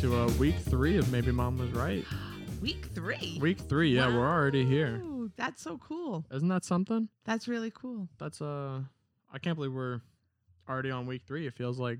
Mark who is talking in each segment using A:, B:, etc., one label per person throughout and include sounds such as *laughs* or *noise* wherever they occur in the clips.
A: to uh, week three of Maybe Mom Was Right.
B: Week three.
A: Week three, yeah, we're already here.
B: Wow, That's so cool.
A: Isn't that something?
B: That's really cool.
A: That's uh, I can't believe we're already on week three. It feels like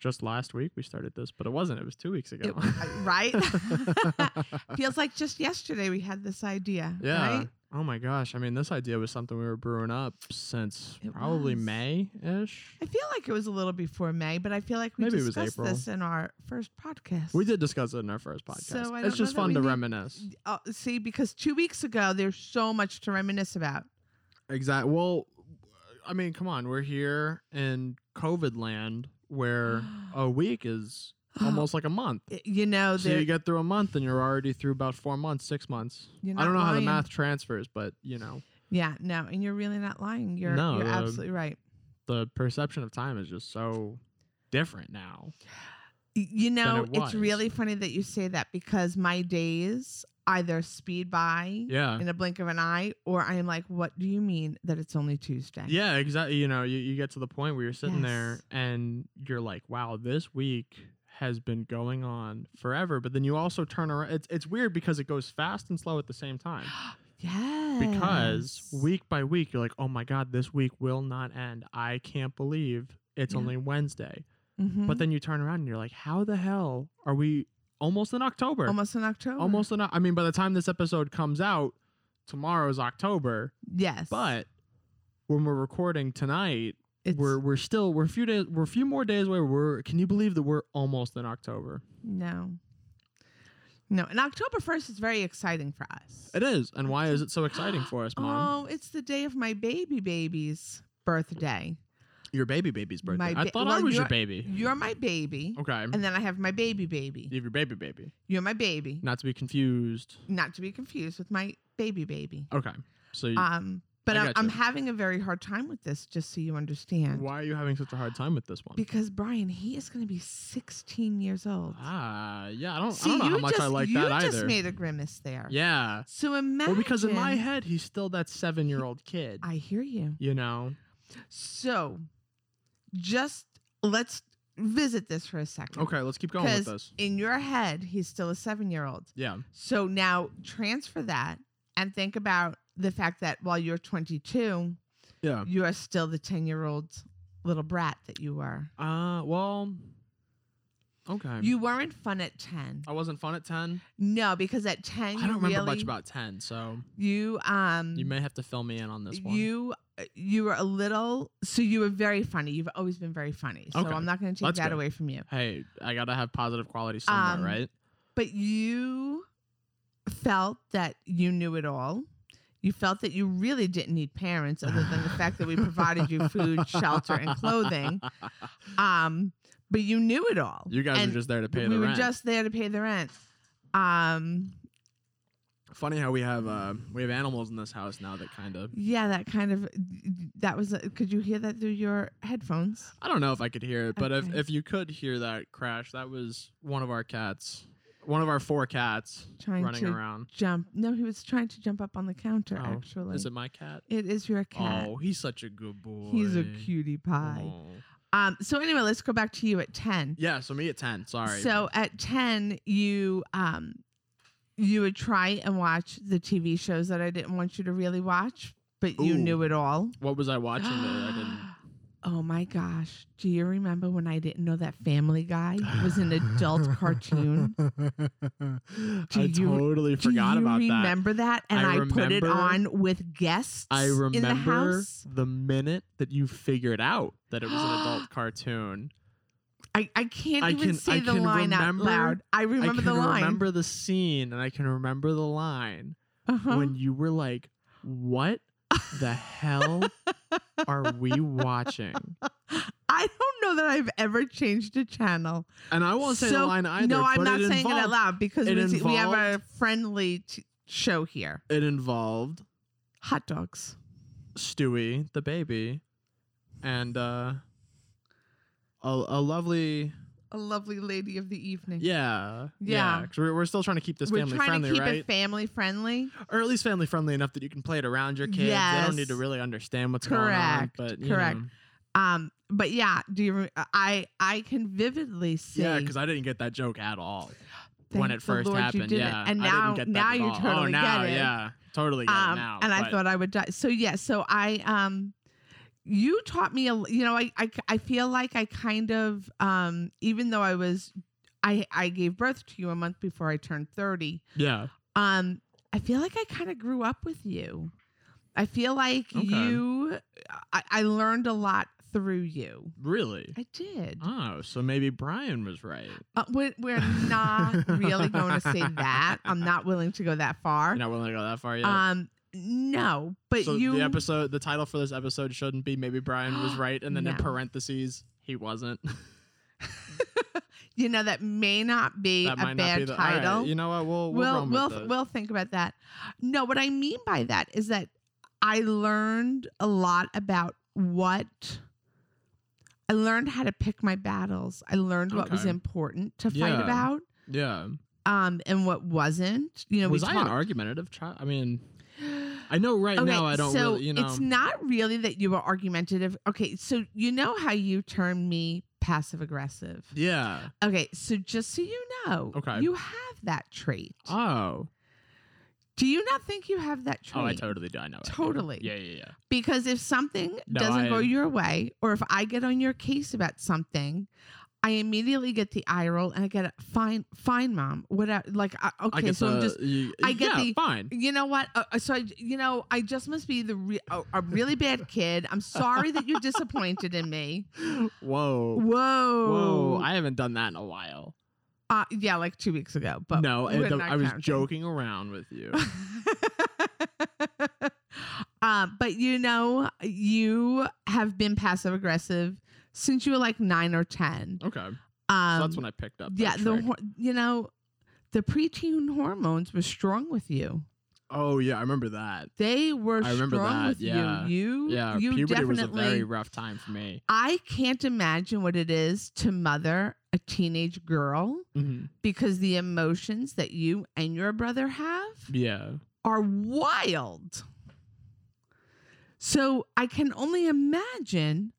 A: just last week we started this, but it wasn't. It was two weeks *laughs* ago.
B: It- right? *laughs* Feels like just yesterday we had this idea.
A: yeah.
B: Right?
A: Oh my gosh. I mean, this idea was something we were brewing up since
B: It
A: probably
B: was.
A: May ish.
B: I feel like it was a little before May, but I feel like we
A: Maybe it was
B: discussed
A: April.
B: this in our first podcast.
A: We did discuss it in our first podcast.
B: So I
A: it's
B: don't know
A: just
B: that
A: fun
B: we
A: to
B: need-
A: reminisce.
B: Uh, see, because two weeks ago, there's so much to reminisce about.
A: Exactly. Well, I mean, come on. We're here in COVID land
B: *gasps*
A: where a week is *gasps* almost like a month.
B: Y- You know,
A: So you
B: there,
A: get through a month and you're already through about four months, six months.
B: You're
A: I don't know
B: not
A: how the
B: lying.
A: math transfers, but you know,
B: yeah, no, and you're really not lying. You're,
A: No,
B: you're
A: the-
B: absolutely right.
A: the perception of time is just so different now.
B: Y- You know,
A: it was.
B: it's really funny that you say that because my days either speed by
A: Yeah.
B: in a blink of an eye, or I am like, what do you mean that it's only Tuesday?
A: Yeah, exactly. You know, you, you get to the point where you're sitting there
B: Yes.
A: and you're like, wow, this week has been going on forever. But then you also turn around. It's, it's weird because it goes fast and slow at the same time.
B: *gasps* yes.
A: because week by week you're like oh my god this week will not end i can't believe it's
B: Yeah.
A: only wednesday
B: Mhm.
A: but then you turn around and you're like how the hell are we almost in october
B: almost in October.
A: almost in O- i mean by the time this episode comes out tomorrow's october
B: Yes.
A: but when we're recording tonight
B: it's,
A: we're we're still we're a few days we're a few more days away we're can you believe that we're almost in october
B: no. No, and October 1st is very exciting for us.
A: it is and why is it so
B: *gasps*
A: exciting for us mom
B: Oh, it's the day of my baby baby's birthday.
A: your baby baby's birthday
B: My
A: i
B: ba-
A: thought i
B: well,
A: was your
B: you're-
A: baby
B: You're my baby,
A: okay
B: and then I have my baby baby.
A: You have your baby baby.
B: You're my baby,
A: Not to be confused.
B: not to be confused with my baby baby.
A: Okay. So you,
B: Um, but
A: Oh, I
B: I'm,
A: gotcha.
B: I'm having a very hard time with this, just so you understand.
A: why are you having such a hard time with this one?
B: Because Brian, he is going to be 16 years old.
A: Ah, yeah. I don't,
B: See,
A: I don't know
B: you
A: how much
B: just,
A: I like
B: you
A: that
B: just
A: either.
B: made a grimace there.
A: yeah.
B: So imagine.
A: Well, because in my head, he's still that seven year old kid.
B: I hear you.
A: you know?
B: So, just let's visit this for a second.
A: Okay, let's keep going with
B: Because
A: this.
B: in your head, he's still a seven-year-old.
A: Yeah.
B: So now transfer that and think about the fact that while you're 22,
A: Yeah.
B: you are still the 10-year-old little brat that you were.
A: Uh, well, okay.
B: You weren't fun at 10.
A: I wasn't fun at 10.
B: No, because at
A: Oh.
B: 10
A: I
B: you
A: don't remember much
B: really-
A: about 10, so
B: you um
A: you may have to fill me in on this one.
B: you uh, you were a little so you were very funny. You've always been very funny. So
A: Okay.
B: I'm not going to take
A: That's
B: that
A: good.
B: away from you.
A: hey, I got to have positive quality somewhere,
B: Um,
A: right?
B: But you felt that you knew it all. You felt that you really didn't need parents other than the fact that we provided you food, shelter and
A: *laughs*
B: clothing. Um but you knew it all.
A: You guys
B: and
A: are just there to pay
B: we
A: the
B: were
A: rent.
B: just there to pay the rent. Um
A: Funny how we have uh, we have animals in this house now that kind of
B: Yeah, that kind of that was. A, could you hear that through your headphones?
A: I don't know if I could hear it, but if,
B: Okay.
A: if you could hear that crash, that was one of our cats, one of our four cats
B: Trying
A: running
B: to
A: around.
B: jump. No, he was trying to jump up on the counter.
A: Oh,
B: actually,
A: Is it my cat?
B: it is your cat.
A: Oh, he's such a good boy.
B: He's a cutie pie.
A: Aw.
B: Um. So anyway, let's go back to you at ten.
A: Yeah, so me at ten. Sorry.
B: So at ten, you um, you would try and watch the TV shows that I didn't want you to really watch, but you
A: Ooh.
B: knew it all.
A: what was I watching that I
B: *gasps* Oh my gosh. Do you remember when I didn't know that Family Guy *gasps* was
A: *laughs*
B: an adult cartoon?
A: didn't?
B: Do
A: I
B: you-
A: totally forgot
B: Do you
A: about that.
B: remember that? And
A: I
B: I, put it
A: remember-
B: on with guests
A: I
B: in the
A: remember
B: house.
A: the minute that you figured out that it was an
B: *gasps*
A: adult cartoon.
B: I, I can't
A: I
B: even
A: can-
B: say
A: I
B: the
A: can
B: line
A: remember-
B: out loud. I remember
A: I can
B: the line.
A: remember the scene and I can remember the line.
B: uh-huh.
A: when you were like, "What the
B: *laughs*
A: hell are we watching?"
B: I don't know that I've ever changed a channel.
A: And I won't say the
B: So-
A: line either.
B: no, I'm
A: but
B: not
A: it
B: saying it out
A: involved-
B: loud because
A: it
B: we, see- we have a
A: involved-
B: friendly t- show here.
A: It involved
B: Hot dogs.
A: Stewie the baby, and uh, a a lovely
B: A lovely lady of the evening.
A: yeah
B: Yeah.
A: 'cause we're, we're still trying to keep this
B: We're
A: family
B: trying
A: friendly,
B: to keep
A: right?
B: it family friendly.
A: or at least family friendly enough that you can play it around your kids. They don't need to
B: Yes.
A: really understand what's going on.
B: Correct,
A: But you
B: correct.
A: know.
B: Um, but yeah, do you? Re- I I can vividly see.
A: Yeah, because I didn't get that joke at all when
B: Thank
A: it
B: the
A: first
B: Lord you
A: happened.
B: didn't.
A: Yeah,
B: and
A: I didn't
B: now
A: get that
B: now
A: at
B: you
A: all.
B: totally
A: oh, now,
B: get it.
A: yeah, totally get
B: um,
A: it now.
B: and I
A: but-
B: thought I would die. So yeah, so I um, you taught me a. l- You know, I I I feel like I kind of um, even though I was, I I gave birth to you a month before I turned thirty.
A: yeah,
B: Um, I feel like I kind of grew up with you. I feel like
A: Okay.
B: you. I, I learned a lot through you.
A: really.
B: I did.
A: Oh, so maybe Brian was right.
B: Uh, we're, we're not really going to say that. I'm not willing to go that far.
A: You're not willing to go that far yet.
B: Um, no, but
A: so
B: you.
A: the episode, the title for this episode shouldn't be "Maybe Brian
B: *gasps*
A: was right," and then in
B: No.
A: parentheses, he wasn't. *laughs*
B: you know that may not be
A: that
B: a
A: might not
B: bad
A: be the all right,
B: title.
A: You know what? We'll we'll
B: we'll
A: run
B: we'll,
A: with it.
B: we'll think about that. No, what I mean by that is that I learned a lot about what I learned how to pick my battles. I learned what was
A: Okay.
B: important to
A: Yeah.
B: fight about
A: yeah.
B: um and what wasn't. You know,
A: was
B: we
A: I an
B: talked
A: argumentative child? I mean, I know right
B: Okay,
A: now I don't
B: so
A: really. You know,
B: it's not really that you were argumentative. Okay, so you know how you term me passive aggressive.
A: yeah.
B: Okay, so just so you know,
A: Okay.
B: you have that trait.
A: Oh,
B: do you not think you have that trait?
A: oh, I totally do. I know. it.
B: Totally.
A: Yeah, yeah, yeah.
B: because if something
A: No,
B: doesn't go
A: I-
B: your way, or if I get on your case about something, I immediately get the eye roll and I get a fine, fine, mom. Whatever. Like, I, okay,
A: I get
B: so
A: the.
B: I'm just.
A: you-
B: I get
A: yeah,
B: the-
A: fine.
B: You know what? Uh, uh, so I, you know, I just must be the re- a, a really bad kid. I'm sorry that you're disappointed in me.
A: *laughs* Whoa.
B: Whoa,
A: Whoa, I haven't done that in a while.
B: uh, yeah, like two weeks ago. But
A: no, I,
B: we're
A: the-
B: not
A: I was
B: counting.
A: joking around with
B: *laughs*
A: you.
B: um, but you know, you have been passive aggressive since you were like nine or ten.
A: Okay, so
B: Um,
A: that's when I picked up.
B: yeah,
A: that
B: the
A: trick.
B: hor- you know, the preteen hormones were strong with you.
A: oh yeah, I remember that.
B: They were
A: I remember
B: strong
A: that,
B: with
A: yeah.
B: you. You,
A: Yeah,
B: you
A: puberty was a
B: definitely.
A: very rough time for me.
B: I can't imagine what it is to mother a teenage girl
A: Mhm.
B: because the emotions that you and your brother have.
A: Yeah,
B: are wild. So I can only imagine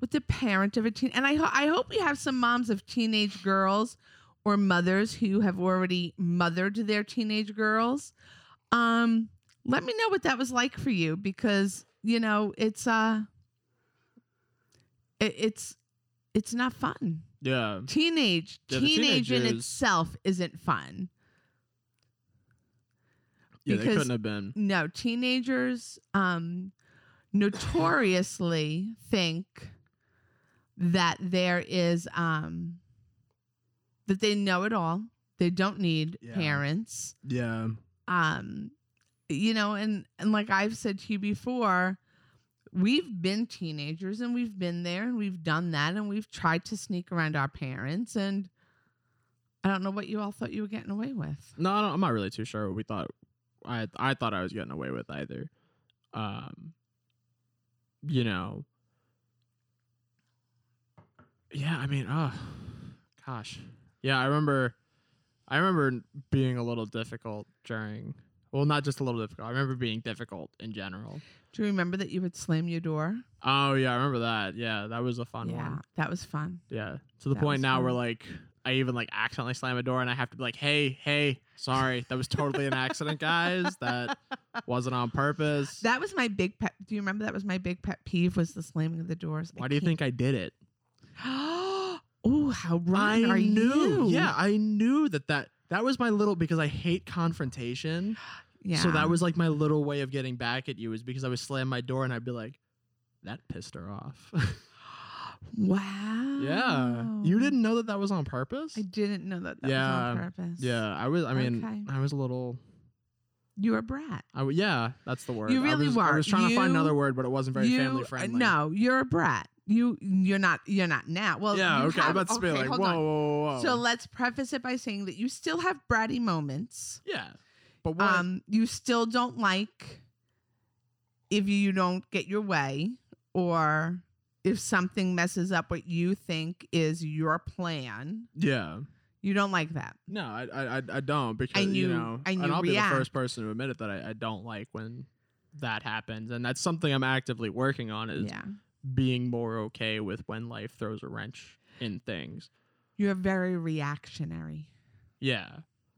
B: what the parent of a teen and I ho- I hope we have some moms of teenage girls or mothers who have already mothered their teenage girls. Um let me know what that was like for you because you know it's uh it, it's it's not fun.
A: yeah.
B: Teenage
A: Yeah, the
B: teenage in
A: teenagers-
B: itself isn't fun.
A: Yeah, they
B: Because-
A: couldn't have been.
B: no teenagers um notoriously think that there is um that they know it all they don't need
A: Yeah.
B: parents
A: Yeah,
B: um you know and and like i've said to you before we've been teenagers and we've been there and we've done that and we've tried to sneak around our parents and i don't know what you all thought you were getting away with
A: no, I don't, I'm not really too sure what we thought. I I thought I was getting away with either. Um, you know. Yeah, I mean, oh, gosh, yeah, I remember, I remember being a little difficult during. Well, not just a little difficult. I remember being difficult in general.
B: do you remember that you would slam your door
A: Oh yeah, I remember that. Yeah, that was a fun
B: yeah,
A: one.
B: that was fun.
A: Yeah. To the
B: That was
A: point now where
B: fun.
A: like I even like accidentally slam a door and I have to be like, "Hey, hey, sorry, that was totally an accident, guys.
B: *laughs*
A: That wasn't on purpose.
B: That was my big pet. Do you remember that was my big pet peeve was the slamming of the doors?
A: Why do you think I did it?
B: *gasps* oh, how wrong
A: I
B: are
A: knew.
B: you?
A: Yeah, I knew that that that was my little because I hate confrontation.
B: yeah.
A: So that was like my little way of getting back at you is because I would slam my door and I'd be like, "That pissed her off." *laughs*
B: wow.
A: yeah. You didn't know that that was on purpose?
B: Oh. I didn't know that. that was
A: Yeah,
B: on purpose.
A: Yeah, I was. I mean,
B: Okay.
A: I was a little.
B: you were a brat.
A: I w- yeah, that's the word.
B: You
A: I
B: really
A: was, I
B: were.
A: was trying to find
B: You-
A: another word, but it wasn't very
B: You-
A: family
B: uh,
A: friendly.
B: No, you're a brat. You you're not you're not now. Well,
A: yeah.
B: you
A: Okay.
B: have-
A: I'm about to be
B: okay,
A: like, whoa,
B: hold
A: whoa,
B: on.
A: whoa, whoa.
B: So let's preface it by saying that you still have bratty moments.
A: yeah. But what?
B: Um, you still don't like if you don't get your way or if something messes up what you think is your plan.
A: yeah.
B: You don't like that.
A: No, I, I, I- I don't because
B: And
A: you
B: you-
A: know,
B: and you
A: I'll
B: react.
A: be the first person to admit it that I, I don't like when that happens, and that's something I'm actively working on is
B: yeah.
A: being more okay with when life throws a wrench in things.
B: You're very reactionary.
A: Yeah.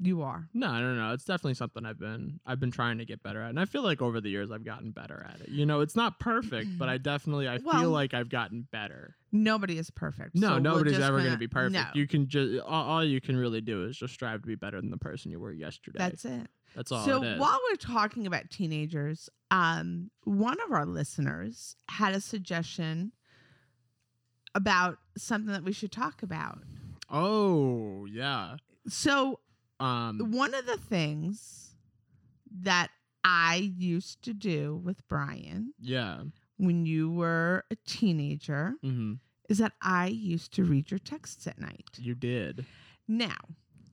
B: You are.
A: No, no, no. It's definitely something I've been I've been trying to get better at. And I feel like over the years I've gotten better at it. You know, it's not perfect, but
B: *clears throat*
A: I definitely I
B: Well-
A: feel like I've gotten better.
B: Nobody is perfect.
A: No,
B: so we're
A: nobody's
B: just
A: ever going to
B: gonna-
A: be perfect.
B: No,
A: You can just all, all you can really do is just strive to be better than the person you were yesterday.
B: that's it.
A: That's all
B: so
A: it is.
B: while we're talking about teenagers, um, one of our listeners had a suggestion about something that we should talk about.
A: oh, yeah.
B: So
A: Um
B: one of the things that I used to do with Brian
A: yeah.
B: when you were a teenager
A: Mhm.
B: is that I used to read your texts at night.
A: You did.
B: Now,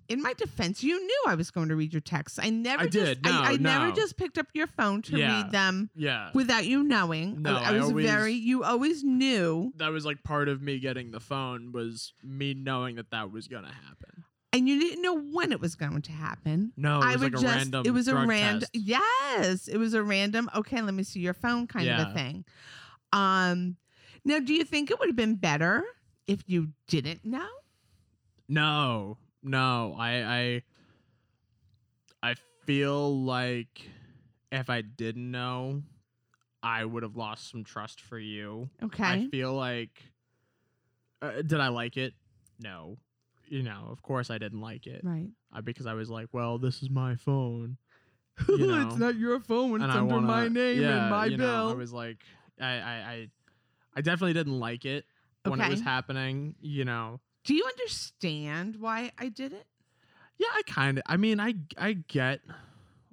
B: in my defense, you knew I was going to read your texts. I never
A: I
B: just,
A: did. No,
B: I, I never
A: no.
B: just picked up your phone to
A: Yeah.
B: read them
A: Yeah.
B: without you knowing.
A: No,
B: I, I
A: I
B: was
A: always-
B: very you always knew
A: that was like part of me getting the phone was me knowing that that was going to happen.
B: and you didn't know when it was going to happen.
A: No, Oh, it
B: I
A: was
B: would
A: like a
B: just
A: random
B: it was a
A: drug
B: random
A: test.
B: yes, it was a random okay, let me see your phone kind of a
A: Yeah.
B: thing. Um now do you think it would have been better if you didn't know?
A: No, no. I I I feel like if I didn't know, I would have lost some trust for you. I
B: Okay.
A: feel like uh, did I like it? No. You know, of course I didn't like it
B: Right.
A: uh, because I was like, well, this is my phone. *laughs* You know?
B: not your phone when
A: and I wanna, yeah, you know, I was like, I, I, I, I definitely didn't like it when it was
B: Okay.
A: happening. You know,
B: Do you understand why I did it?
A: yeah, I kind of. I mean, I, I get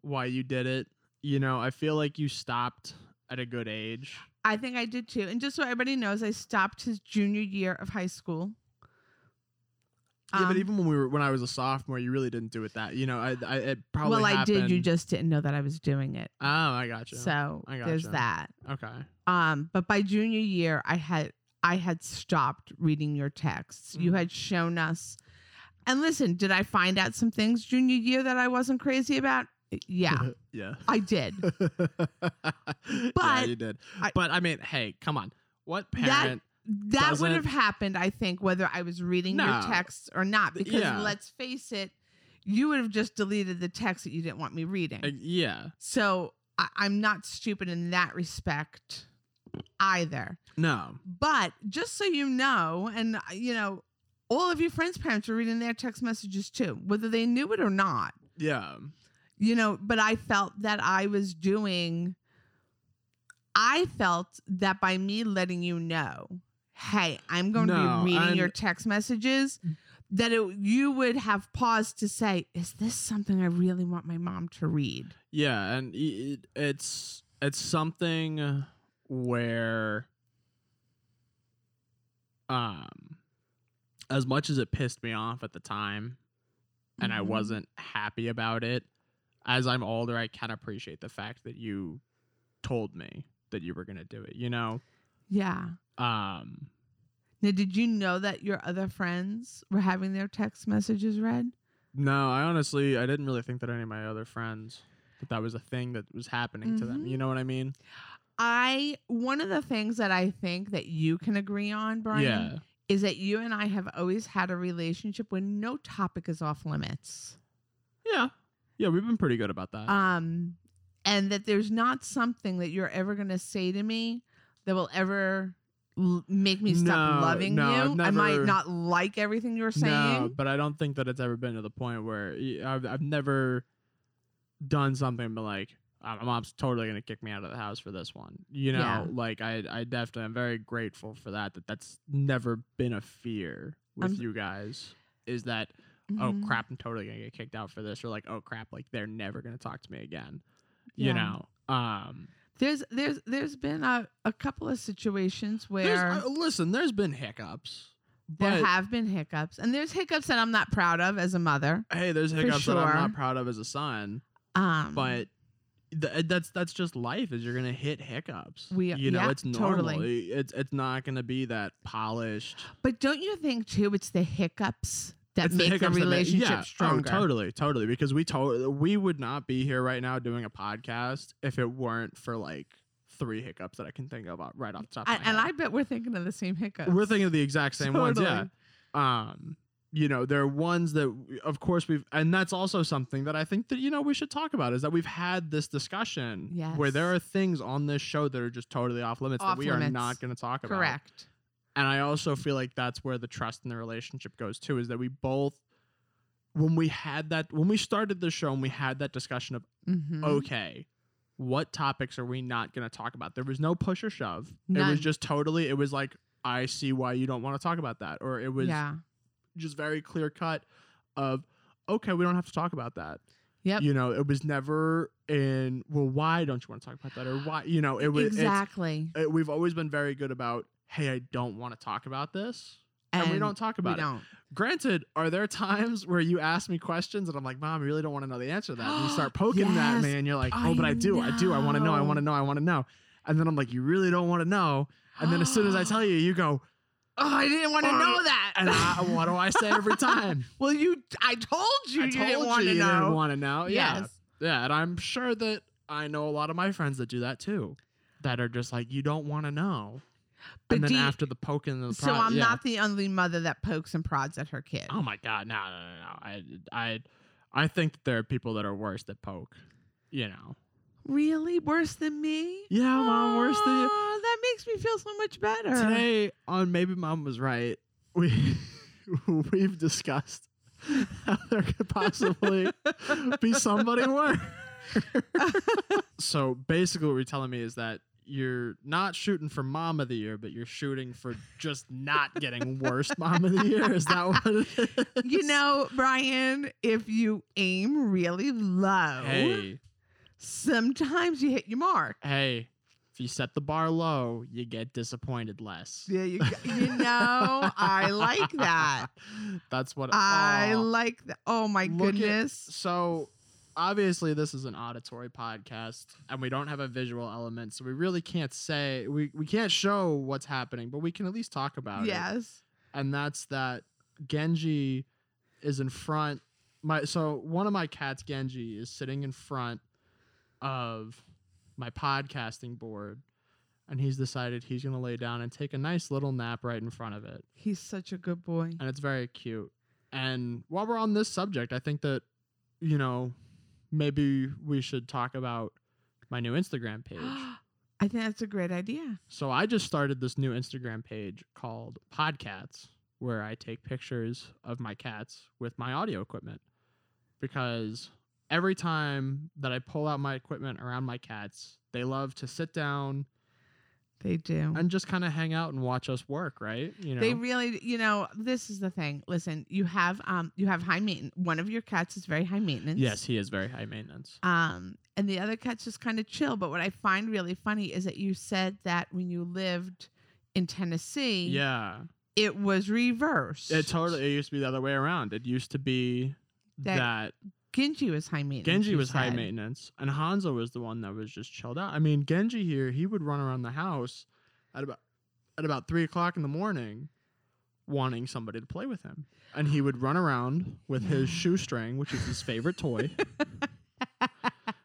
A: why you did it. You know, I feel like you stopped at a good age.
B: I think I did too. And just so everybody knows, I stopped his junior year of high school.
A: yeah, but
B: Um,
A: even when we were, when I was a sophomore, you really didn't do it that. You know, I, I it probably.
B: well, I did. You
A: happened-
B: just didn't know that I was doing it.
A: Oh, I gotcha.
B: So
A: I
B: there's
A: gotcha.
B: that.
A: okay.
B: Um, but by junior year, I had I had stopped reading your texts. You
A: Mhm.
B: had shown us. And listen, did I find out some things junior year that I wasn't crazy about? Eh,
A: *laughs*
B: Yeah,
A: yeah.
B: I did.
A: *laughs* yeah,
B: But
A: you did.
B: I-
A: but I mean, hey, come on. What
B: That-
A: parent?
B: That would
A: Doesn't-
B: have happened, I think, whether I was reading your
A: No.
B: texts or not.
A: Th-
B: Because
A: yeah.
B: let's face it, you would have just deleted the text that you didn't want me reading.
A: Uh, yeah.
B: so I- I'm not stupid in that respect either.
A: No.
B: But just so you know, and uh, you know, all of your friends' parents were reading their text messages too, whether they knew it or not.
A: Yeah.
B: You know, but I felt that I was doing. I felt that by me letting you know, hey, I'm going to
A: No,
B: be reading your
A: and-
B: text messages, that it, you would have paused to say, "Is this something I really want my mom to read?"
A: Yeah, and i- it, it's it's something where um as much as it pissed me off at the time and I
B: Mhm.
A: wasn't happy about it, as I'm older I can appreciate the fact that you told me that you were going to do it, you know?
B: Yeah.
A: Um
B: Now, did you know that your other friends were having their text messages read?
A: No, I honestly I didn't really think that any of my other friends that that was a thing that was happening to them.
B: Mhm.
A: You know what I mean?
B: I one of the things that I think that you can agree on, Brian,
A: Yeah.
B: is that you and I have always had a relationship where no topic is off limits.
A: Yeah. Yeah, we've been pretty good about that.
B: Um and that there's not something that you're ever going to say to me that will ever l- make me stop
A: No,
B: loving
A: no,
B: you.
A: I've
B: I might
A: never-
B: not like everything you're saying.
A: No, but I don't think that it's ever been to the point where y- I've, I've never done something and been like, "Uh, my mom's totally going to kick me out of the house for this one. You know,
B: Yeah.
A: like I, I definitely am very grateful for that, that that's never been a fear with
B: I'm-
A: you guys is that,
B: Mhm.
A: oh crap, I'm totally going to get kicked out for this. Or like, oh crap, like they're never going to talk to me again.
B: Yeah.
A: You know, um,
B: There's there's there's been a, a couple of situations
A: there's,
B: where
A: uh, listen, there's been hiccups.
B: There
A: but-
B: have been hiccups, and there's hiccups that I'm not proud of as a mother.
A: Hey, there's hiccups that I'm
B: sure.
A: not proud of as a son.
B: Um,
A: but th- that's that's just life is you're gonna hit hiccups
B: We-
A: you know
B: yeah,
A: it's normal
B: totally.
A: I- it's it's not gonna be that polished
B: but don't you think too? It's the hiccups that
A: it's
B: make the,
A: hiccups that ma-
B: relationship
A: yeah,
B: stronger.
A: oh, totally totally because we told we would not be here right now doing a podcast if it weren't for like three hiccups that I can think of uh, right off the top.
B: I,
A: of my
B: and I
A: head.
B: bet we're thinking of the same hiccups.
A: we're thinking of the exact same ones. Yeah.
B: Totally.
A: Um, you know, there are ones that, w- of course, we've, and that's also something that I think that you know we should talk about is that we've had this discussion where there are
B: Yes.
A: things on this show that are just totally off limits
B: Off
A: that we are
B: limits.
A: not going to talk about.
B: correct.
A: And I also feel like that's where the trust in the relationship goes too, is that we both when we had that when we started the show and we had that discussion of
B: Mhm.
A: Oh, okay, what topics are we not gonna talk about? There was no push or shove. It
B: None.
A: was just totally it was like, I see why you don't want to talk about that. Or it was
B: yeah.
A: just very clear cut of okay, we don't have to talk about that.
B: Yep.
A: You know, it was never in well, why don't you want to talk about that? Or why you know, it was it's-
B: exactly.
A: it, we've always been very good about, hey, I don't want to talk about this. And, we don't talk about
B: we
A: it.
B: don't.
A: Granted, are there *laughs* times where you ask me questions and I'm like, Mom, I really don't want to know the answer to that? And you
B: *gasps*
A: start poking that at
B: Yes,
A: me and you're like,
B: I
A: Oh, but I do, I do, I want to know, I
B: know.
A: want to know, I want to know. And then I'm like, You really don't want to know. And then as soon
B: *gasps*
A: as I tell you, you go,
B: Oh, I didn't want to
A: Oh,
B: know that.
A: and
B: *laughs*
A: I, what do I say every time?
B: well, you, I told you
A: I
B: you
A: told
B: didn't want to
A: you
B: know.
A: didn't want to know. Yeah.
B: Yes.
A: Yeah. And I'm sure that I know a lot of my friends that do that too, that are just like, You don't want to know.
B: But
A: and then
B: do you-
A: after the poking and the
B: So
A: prod-
B: I'm
A: yeah.
B: not the only mother that pokes and prods at her kid.
A: Oh my god, no, no, no, no. I, I, I think that there are people that are worse that poke. You know.
B: Really? Worse than me?
A: Yeah, mom, worse than you.
B: Aw, That makes me feel so much better.
A: Today on maybe mom was right. We *laughs* we've discussed how there could possibly be somebody worse. so basically, what you're telling me is that you're not shooting for mom of the year, but you're shooting for just not getting worst mom of the year. Is that what it is?
B: you know, Brian, if you aim really low,
A: Hey,
B: sometimes you hit your mark.
A: hey, if you set the bar low, you get disappointed less.
B: Yeah, you, g- you know, I like
A: *laughs*
B: that.
A: That's what
B: I
A: Aw.
B: like that. Oh my
A: Look at-
B: goodness.
A: So obviously this is an auditory podcast and we don't have a visual element, so we really can't say we, we can't show what's happening, but we can at least talk about it.
B: Yes.
A: And that's that Genji is in front my so one of my cats, Genji, is sitting in front of my podcasting board and he's decided he's gonna lay down and take a nice little nap right in front of it
B: He's such a good boy. *gasps*
A: and it's very cute. And while we're on this subject, I think that you know maybe we should talk about my new
B: *gasps*
A: Instagram page.
B: I think that's a great idea.
A: so I just started this new Instagram page called Podcats where I take pictures of my cats with my audio equipment because every time that I pull out my equipment around my cats, they love to sit down
B: They do.
A: and just kind of hang out and watch us work, right? You know.
B: They really, you know, this is the thing. Listen, you have um, you have high maintenance. One of your cats is very high maintenance.
A: yes, he is very high maintenance.
B: Um, and the other cat's just kind of chill. But what I find really funny is that you said that when you lived in Tennessee,
A: Yeah.
B: it was reversed.
A: It totally it used to be the other way around. It used to be that,
B: That- Genji was high maintenance.
A: Genji
B: you
A: was high
B: said.
A: maintenance and Hanzo was the one that was just chilled out. I mean, Genji here, he would run around the house at about at about three o'clock in the morning wanting somebody to play with him. And he would run around with
B: *gasps*
A: his
B: Yeah.
A: shoestring, which is his favorite toy.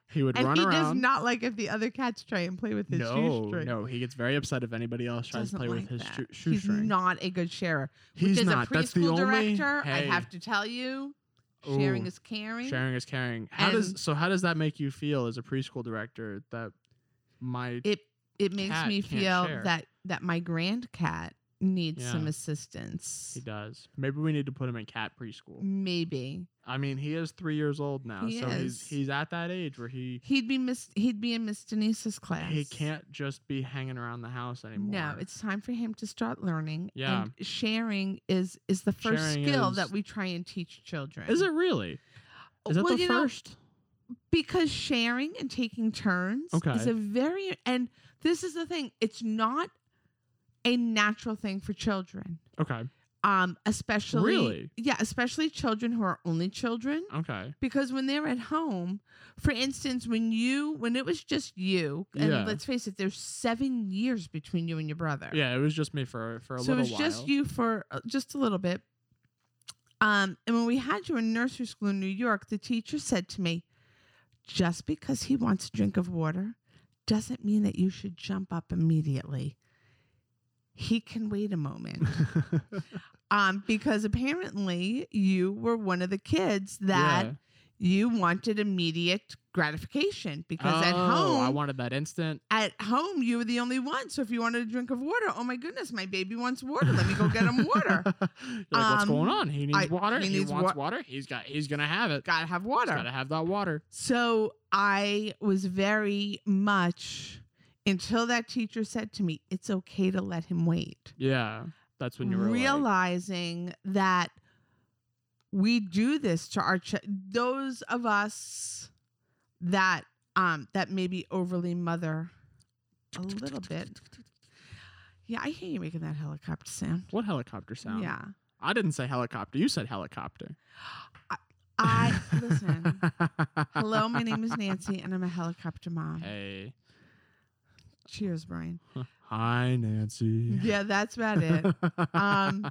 A: He would
B: And
A: run
B: he does
A: around.
B: not like if the other cats try and play with his
A: no,
B: shoestring.
A: no, he gets very upset if anybody else tries to
B: Doesn't
A: play
B: like
A: with his
B: that.
A: shoe-
B: He's
A: shoestring.
B: not a good sharer.
A: He's
B: Which is
A: not.
B: a preschool
A: That's the only.
B: director. I
A: Hey.
B: have to tell you, sharing
A: Ooh.
B: is caring.
A: Sharing is caring. How does
B: And-
A: so? How does that make you feel as a preschool director? That my
B: it it makes
A: Cat
B: me
A: can't
B: feel
A: share.
B: that that my grand cat needs some
A: Yeah.
B: assistance
A: he does. Maybe we need to put him in cat preschool.
B: maybe
A: I mean, he is three years old now,
B: Mm. He
A: so he's
B: is.
A: he's at that age where he
B: he'd be miss he'd be in miss denise's class
A: he can't just be hanging around the house anymore.
B: no it's time for him to start learning
A: Yeah.
B: and sharing is is the first
A: Sharing
B: skill
A: is-
B: that we try and teach children
A: is it really? Is that
B: well
A: the
B: you know
A: first?
B: because sharing and taking turns is
A: Okay.
B: a very and this is the thing it's not a natural thing for children
A: Okay,
B: um especially
A: Really?
B: yeah especially children who are only children
A: okay,
B: because when they're at home for instance when you when it was just you and
A: Yeah.
B: let's face it there's seven years between you and your brother
A: yeah. It was just me for for a
B: so it
A: little
B: was
A: while. *laughs*
B: just you for uh, just a little bit um and when we had you in nursery school in new york the teacher said to me just because he wants a drink of water doesn't mean that you should jump up immediately. He can wait
A: *laughs*
B: a moment. um, because apparently you were one of the kids that
A: Yeah.
B: you wanted immediate gratification because at
A: Oh, I
B: home
A: wanted that instant.
B: at home you were the only one. So if you wanted a drink of water, oh my goodness, my baby wants water. Let me go get him water.
A: *laughs* You're like, what's
B: Um,
A: going on? He needs
B: I-
A: water.
B: he
A: He,
B: needs
A: wants water. He's got. He's gonna have it.
B: Gotta have
A: He's
B: water.
A: gotta have that water.
B: So I was very much until that teacher said to me, "It's okay to let him wait."
A: Yeah, that's when you were like-
B: realizing that we do this to our ch- those of us that um that maybe overly mother a little bit. Yeah, I hear you making that helicopter sound.
A: What helicopter sound?
B: Yeah,
A: I didn't say helicopter. You said helicopter. *laughs*
B: I listen. Hello, my name is Nancy, and I'm a helicopter mom.
A: Hey.
B: Cheers, Brian.
A: Hi, Nancy.
B: Yeah, that's
A: *laughs*
B: about it. Um,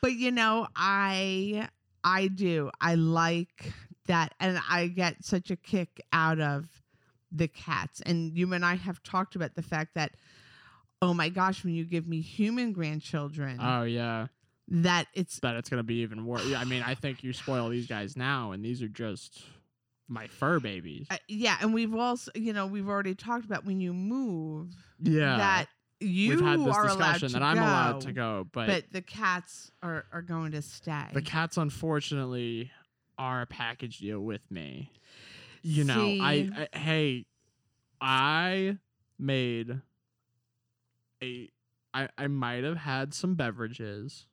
B: but you know i i do i like that and i get such a kick out of the cats and you and i have talked about the fact that oh my gosh when you give me human grandchildren
A: oh yeah,
B: that it's
A: that it's gonna be even worse. Yeah, I mean, I think you spoil these guys now, and these are just my fur babies.
B: uh, yeah and we've also you know we've already talked about when you move
A: yeah,
B: that you
A: we've had this
B: are allowed
A: discussion
B: to
A: that
B: go,
A: I'm allowed to go,
B: but, the cats are, are going to stay
A: The cats, unfortunately, are a package deal with me. You know, I, I hey, I made a. I I might have had some beverages,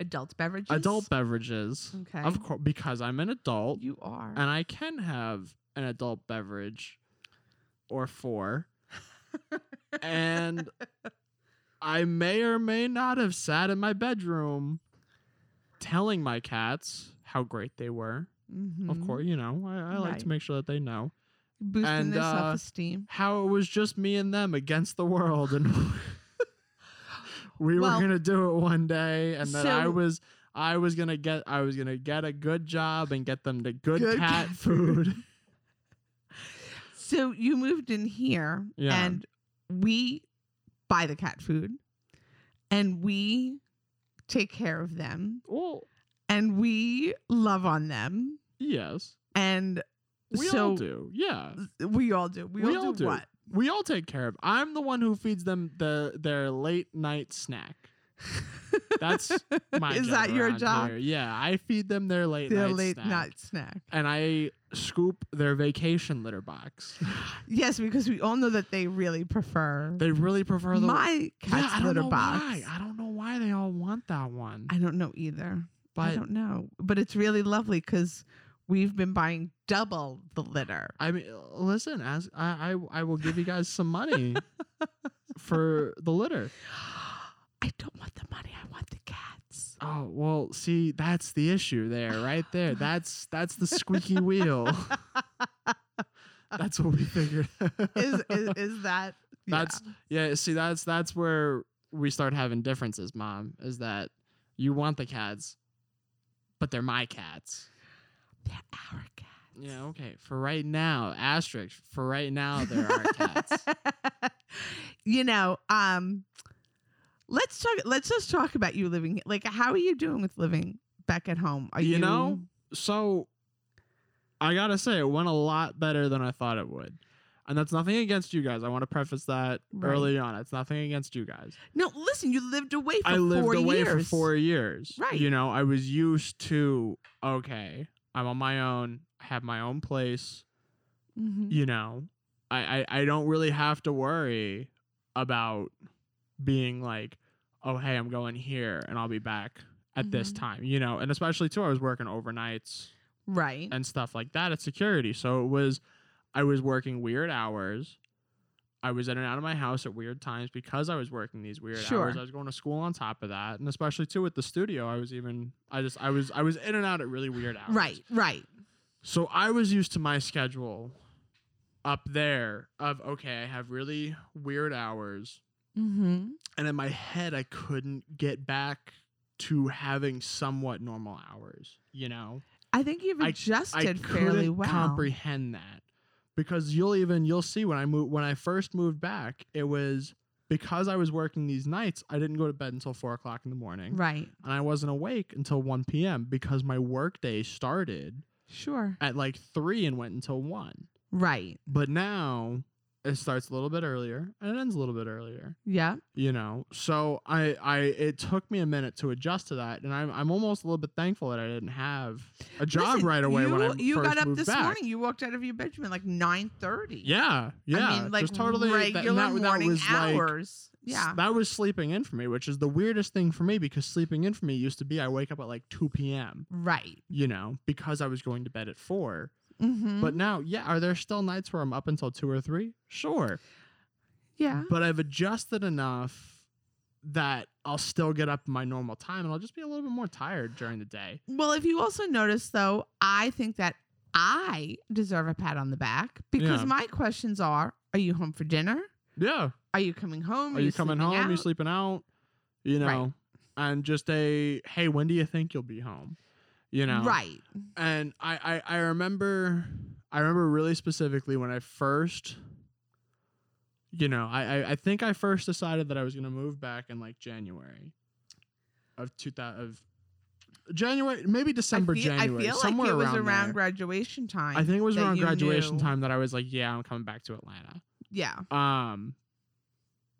B: adult beverages
A: adult beverages,
B: okay
A: of course, because I'm an adult
B: you are
A: and I can have an adult beverage or
B: *laughs*
A: four, and I may or may not have sat in my bedroom telling my cats how great they were. Of
B: Mhm.
A: course, you know, I, I like
B: Right.
A: to make sure that they know
B: boosting
A: And,
B: their
A: uh,
B: self-esteem
A: how it was just me and them against the world, and *laughs* we
B: Well-
A: were gonna do it one day, and that I
B: So-
A: was. I was gonna get I was gonna get a good job and get them to good,
B: Good
A: cat,
B: cat
A: food. *laughs*
B: so you moved in here
A: Yeah.
B: and we buy the cat food and we take care of them
A: well,
B: and we love on them
A: yes.
B: and
A: We
B: so
A: all do. Yeah.
B: we all do we, all, do, what
A: We all take care of. I'm the one who feeds them the their late night
B: *laughs*
A: snack. That's my
B: Is
A: job
B: that your
A: around
B: job?
A: here. Yeah, I feed them their late
B: their
A: night
B: late
A: snack.
B: night snack
A: And I scoop their vacation litter box.
B: *laughs* yes because we all know that they really prefer
A: They really prefer the
B: my
A: Yeah,
B: cat's
A: I don't
B: litter
A: know
B: box
A: Why. I don't know why they all want that one.
B: I don't know either
A: but
B: I don't know. But it's really lovely because we've been buying double the litter.
A: I mean, listen. As I, I, I will give you guys some
B: *laughs*
A: money for the litter.
B: I don't want the money. I want the cats.
A: Oh well, see, that's the issue there, right there. That's that's the squeaky wheel. that's what we figured.
B: *laughs* Is is, is that?
A: That's- *laughs* yeah, see, that's that's where we start having differences, mom. Is that you want the cats, but they're my cats.
B: yeah. They're our cats.
A: Yeah, okay. For right now, asterisk. For right now, they're
B: *laughs*
A: our cats.
B: you know, um, let's talk. Let's just talk about you living. Like, how are you doing with living back at home? Are you,
A: You know, So I gotta say, it went a lot better than I thought it would. And that's nothing against you guys. I want to preface that
B: Right.
A: early on. It's nothing against you guys.
B: No, listen. You lived away for
A: I lived
B: four
A: away
B: years.
A: for four years.
B: Right.
A: You know, I was used to, okay, I'm on my own. I have my own place.
B: Mhm.
A: You know, I, I, I don't really have to worry about being like, oh, hey, I'm going here and I'll be back at this
B: Mhm.
A: time, you know, and especially too, I was working overnights
B: Right.
A: and stuff like that at security. So it was, I was working weird hours. I was in and out of my house at weird times because I was working these weird
B: Sure.
A: hours. I was going to school on top of that, and especially too with the studio, I was even, I just, I was, I was in and out at really weird hours.
B: Right. Right.
A: So I was used to my schedule up there of okay, I have really weird hours,
B: Mm-hmm.
A: and in my head I couldn't get back to having somewhat normal hours. You know.
B: I think you've
A: I-
B: adjusted
A: I
B: fairly
A: couldn't
B: well.
A: comprehend that because you'll even you'll see when I move when I first moved back, it was because I was working these nights. I didn't go to bed until four o'clock in the morning,
B: Right.
A: and I wasn't awake until one p.m. because my workday started
B: Sure.
A: at like three and went until one.
B: Right.
A: But now it starts a little bit earlier and it ends a little bit earlier
B: Yeah.
A: you know so i i it took me a minute to adjust to that and i'm, I'm almost a little bit thankful that i didn't have a job
B: Listen,
A: right away
B: you,
A: when i
B: you
A: first
B: got up
A: moved
B: this
A: back.
B: morning. You walked out of your bedroom at like nine thirty.
A: yeah yeah
B: I mean, like
A: just totally that- and
B: regular
A: that, that
B: morning
A: was like
B: hours.
A: s-
B: yeah.
A: that was sleeping in for me which is the weirdest thing for me because sleeping in for me used to be i wake up at like 2 p.m
B: Right.
A: you know because i was going to bed at 4
B: Mm-hmm.
A: but now yeah are there still nights where i'm up until 2 or 3 sure
B: yeah.
A: but I've adjusted enough that I'll still get up my normal time and I'll just be a little bit more tired during the day.
B: Well, if you also notice, though, I think that I deserve a pat on the back because
A: Yeah.
B: my questions are: Are you home for dinner?
A: Yeah.
B: Are you coming home?
A: Are you coming home?
B: sleeping
A: Are you
B: out?
A: sleeping out? You know,
B: Right.
A: and just a hey, when do you think you'll be home? You know,
B: Right.
A: And I, I I remember I remember really specifically when I first, you know, I I, I think I first decided that I was gonna move back in like January of two thousand of January maybe December
B: I feel,
A: January
B: I feel
A: somewhere
B: like it was
A: around,
B: around,
A: there.
B: graduation time.
A: I think it was
B: that
A: around
B: you
A: graduation
B: knew.
A: time that I was like, yeah, I'm coming back to Atlanta.
B: Yeah.
A: Um,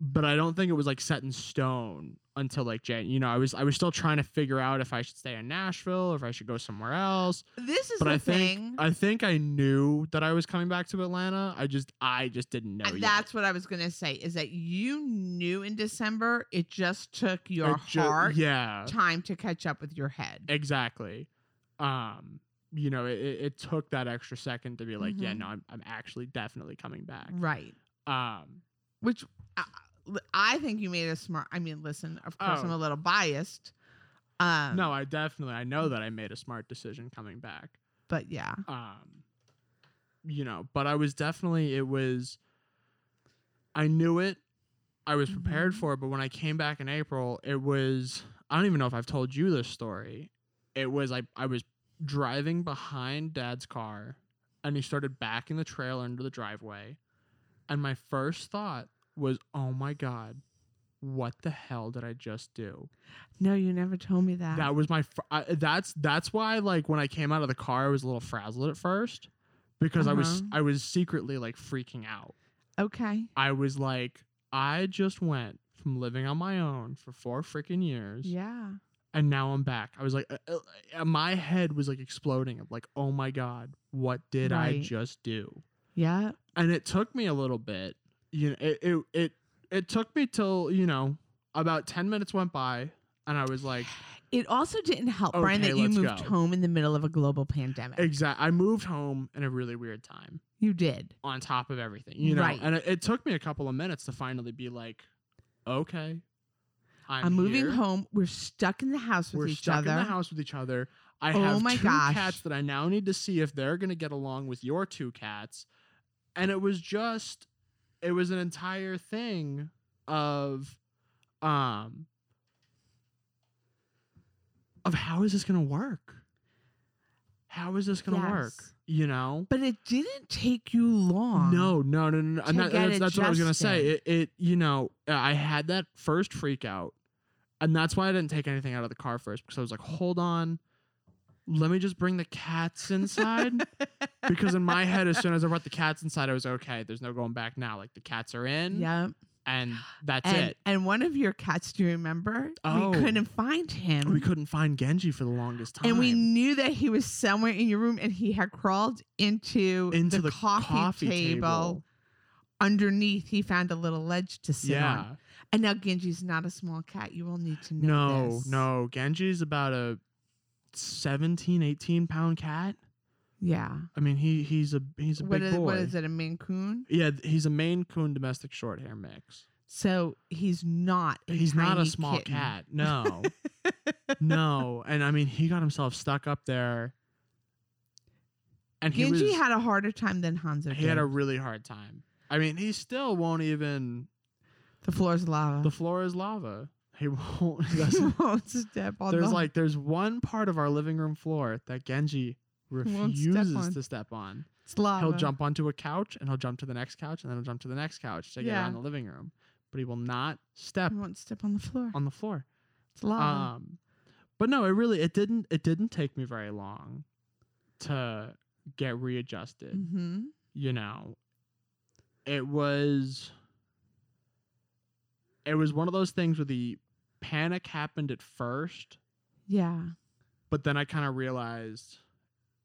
A: but I don't think it was like set in stone until like Jan. You know, I was I was still trying to figure out if I should stay in Nashville or if I should go somewhere else.
B: This is
A: But
B: the
A: I think
B: thing.
A: I think I knew that I was coming back to Atlanta. I just I just didn't know.
B: and
A: yet.
B: that's what I was gonna say is that you knew in December. It just took your
A: It ju-
B: heart
A: yeah,
B: time to catch up with your head.
A: exactly. Um, you know, it, it it took that extra second to be like, yeah,
B: Mhm.
A: no, I'm I'm actually definitely coming back.
B: Right.
A: Um,
B: Which I, I think you made a smart. I mean, listen. Of course, I'm
A: Oh.
B: a little biased. Um, mm.
A: no, I definitely I know that I made a smart decision coming back.
B: but yeah,
A: um you know but i was definitely it was i knew it i was prepared
B: Mhm.
A: for it but when i came back in april it was i don't even know if i've told you this story it was like i was driving behind dad's car and he started backing the trailer into the driveway and my first thought was oh my god what the hell did i just do
B: no, you never told me that.
A: that was my fr- I, that's that's why like when i came out of the car i was a little frazzled at first because i was
B: Uh-huh.
A: i was secretly like freaking out
B: okay,
A: i was like i just went from living on my own for four freaking years
B: yeah,
A: and now i'm back i was like uh, uh, uh, my head was like exploding of like oh my god what did i
B: Right.
A: just do
B: yeah,
A: and it took me a little bit you know it it it, it took me till you know about 10 minutes went by and i was like
B: It also didn't help, Brian,
A: Okay,
B: that you
A: let's
B: moved
A: go.
B: home in the middle of a global pandemic.
A: Exactly. I moved home in a really weird time
B: you did.
A: on top of everything, you know?
B: Right.
A: And it, it took me a couple of minutes to finally be like, okay, I'm,
B: I'm, moving
A: here.
B: home. We're stuck in the house with
A: We're
B: each
A: stuck
B: other.
A: in the house with each other. I
B: Oh
A: have
B: my
A: two
B: gosh.
A: cats that I now need to see if they're going to get along with your two cats. And it was just, it was an entire thing of, um, of how is this going to work? How is this going to work?
B: Yes.
A: You know?
B: But it didn't take you long.
A: No, no, no, no. no.
B: to
A: And that,
B: get
A: that's, that's what I was gonna say.
B: adjusted.
A: It, it, you know, uh, I had that first freak out, and that's why I didn't take anything out of the car first because I was like, hold on, let me just bring the cats inside.
B: *laughs*
A: because in my head, as soon as I brought the cats inside, I was okay. There's no going back now. Like the cats are in,
B: Yeah. *gasps*
A: and that's
B: And,
A: it.
B: and one of your cats, do you remember?
A: Oh.
B: We couldn't find him.
A: We couldn't find Genji for the longest time,
B: and we knew that he was somewhere in your room and he had crawled into,
A: into the,
B: coffee, table. Underneath, he found a little ledge to sit on.
A: Yeah.
B: And now Genji's not a small cat. You all need to know
A: No,
B: this.
A: no. Genji's about a 17, 18 pound cat.
B: Yeah.
A: I mean, he he's a he's a
B: What
A: big
B: is,
A: boy.
B: what is it, a Maine Coon?
A: Yeah, th- he's a Maine Coon domestic short hair mix.
B: So he's not. A
A: He's not a
B: tiny
A: small
B: kitten.
A: cat.
B: *laughs*
A: No, no. And I mean, he got himself stuck up there, and he
B: Genji
A: was
B: had a harder time than Hanzo.
A: he had a
B: did.
A: really hard time. I mean, he still won't even.
B: the floor's lava.
A: The floor is lava. He *laughs* won't.
B: *laughs*
A: He
B: he
A: doesn't,
B: won't step on.
A: there's
B: the-
A: like there's one part of our living room floor that Genji
B: won't step
A: refuses
B: on.
A: to step on.
B: It's lava.
A: He'll jump onto a couch and he'll jump to the next couch and then he'll jump to the next couch to get
B: Yeah.
A: around the living room. But he will not step
B: I won't step on the floor.
A: on the floor.
B: It's lava.
A: Um, but no, it really it didn't it didn't take me very long to get readjusted.
B: mm-hmm.
A: You know, it was it was one of those things where the panic happened at first,
B: Yeah.
A: but then I kind of realized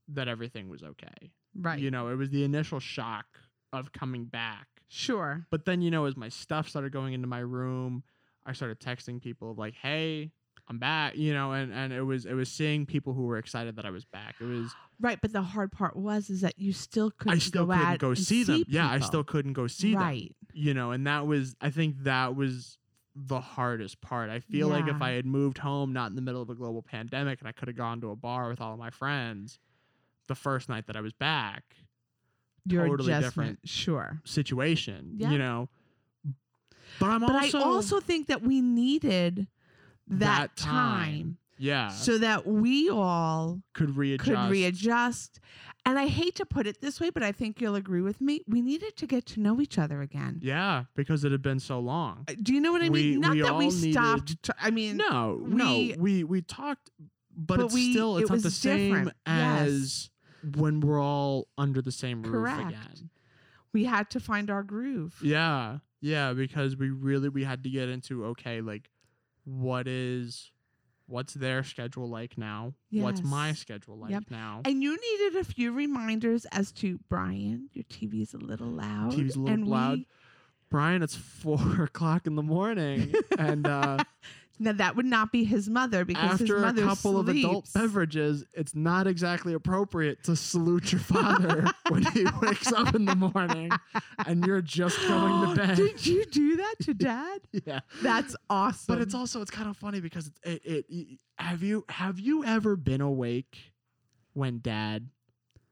A: that everything was okay.
B: Right.
A: You know, it was the initial shock of coming back.
B: sure.
A: But then, you know, as my stuff started going into my room, I started texting people like, "Hey, I'm back," you know, and and it was it was seeing people who were excited that I was back. It was
B: Right. But the hard part was is that you still couldn't.
A: I still
B: go
A: couldn't
B: out
A: go
B: and
A: see them. Yeah, I
B: people.
A: still couldn't go see them.
B: right.
A: You know, and that was I think that was the hardest part. I feel like if
B: Yeah.
A: I had moved home not in the middle of a global pandemic and I could have gone to a bar with all of my friends the first night that I was back,
B: Your
A: Totally
B: adjustment. Sure.
A: situation,
B: Yeah.
A: you know. But I'm
B: But
A: also
B: I also think that we needed that,
A: That time. yeah,
B: so that we all
A: could readjust.
B: could readjust. And I hate to put it this way, but I think you'll agree with me. We needed to get to know each other again.
A: Yeah, because it had been so long.
B: Uh, Do you know what I
A: We-
B: mean? Not
A: we
B: that we
A: all needed-
B: stopped. to- I mean,
A: No, no,
B: we-
A: we we talked, but,
B: But
A: it's
B: we-
A: still
B: it
A: it's not the
B: was
A: same
B: different. Yes.
A: as when we're all under the same roof
B: Correct.
A: again.
B: we had to find our groove.
A: Yeah, yeah, because we really we had to get into okay, like what is what's their schedule like now? What's my
B: Yes.
A: schedule like
B: Yep.
A: now?
B: And you needed a few reminders as to Brian, your TV's a little loud.
A: TV's a little
B: and
A: loud.
B: we-
A: Brian, it's *laughs* four o'clock in the morning, and uh,
B: now that would not be his mother because his
A: after a
B: mother
A: couple of adult
B: sleeps. *gasps*
A: beverages, it's not exactly appropriate to salute your
B: *laughs*
A: father when he wakes up in the morning and you're just
B: *gasps*
A: going to bed.
B: Did you do that to dad?
A: yeah.
B: That's awesome.
A: But it's also it's kind of funny because it, it, it have you have you ever been awake when dad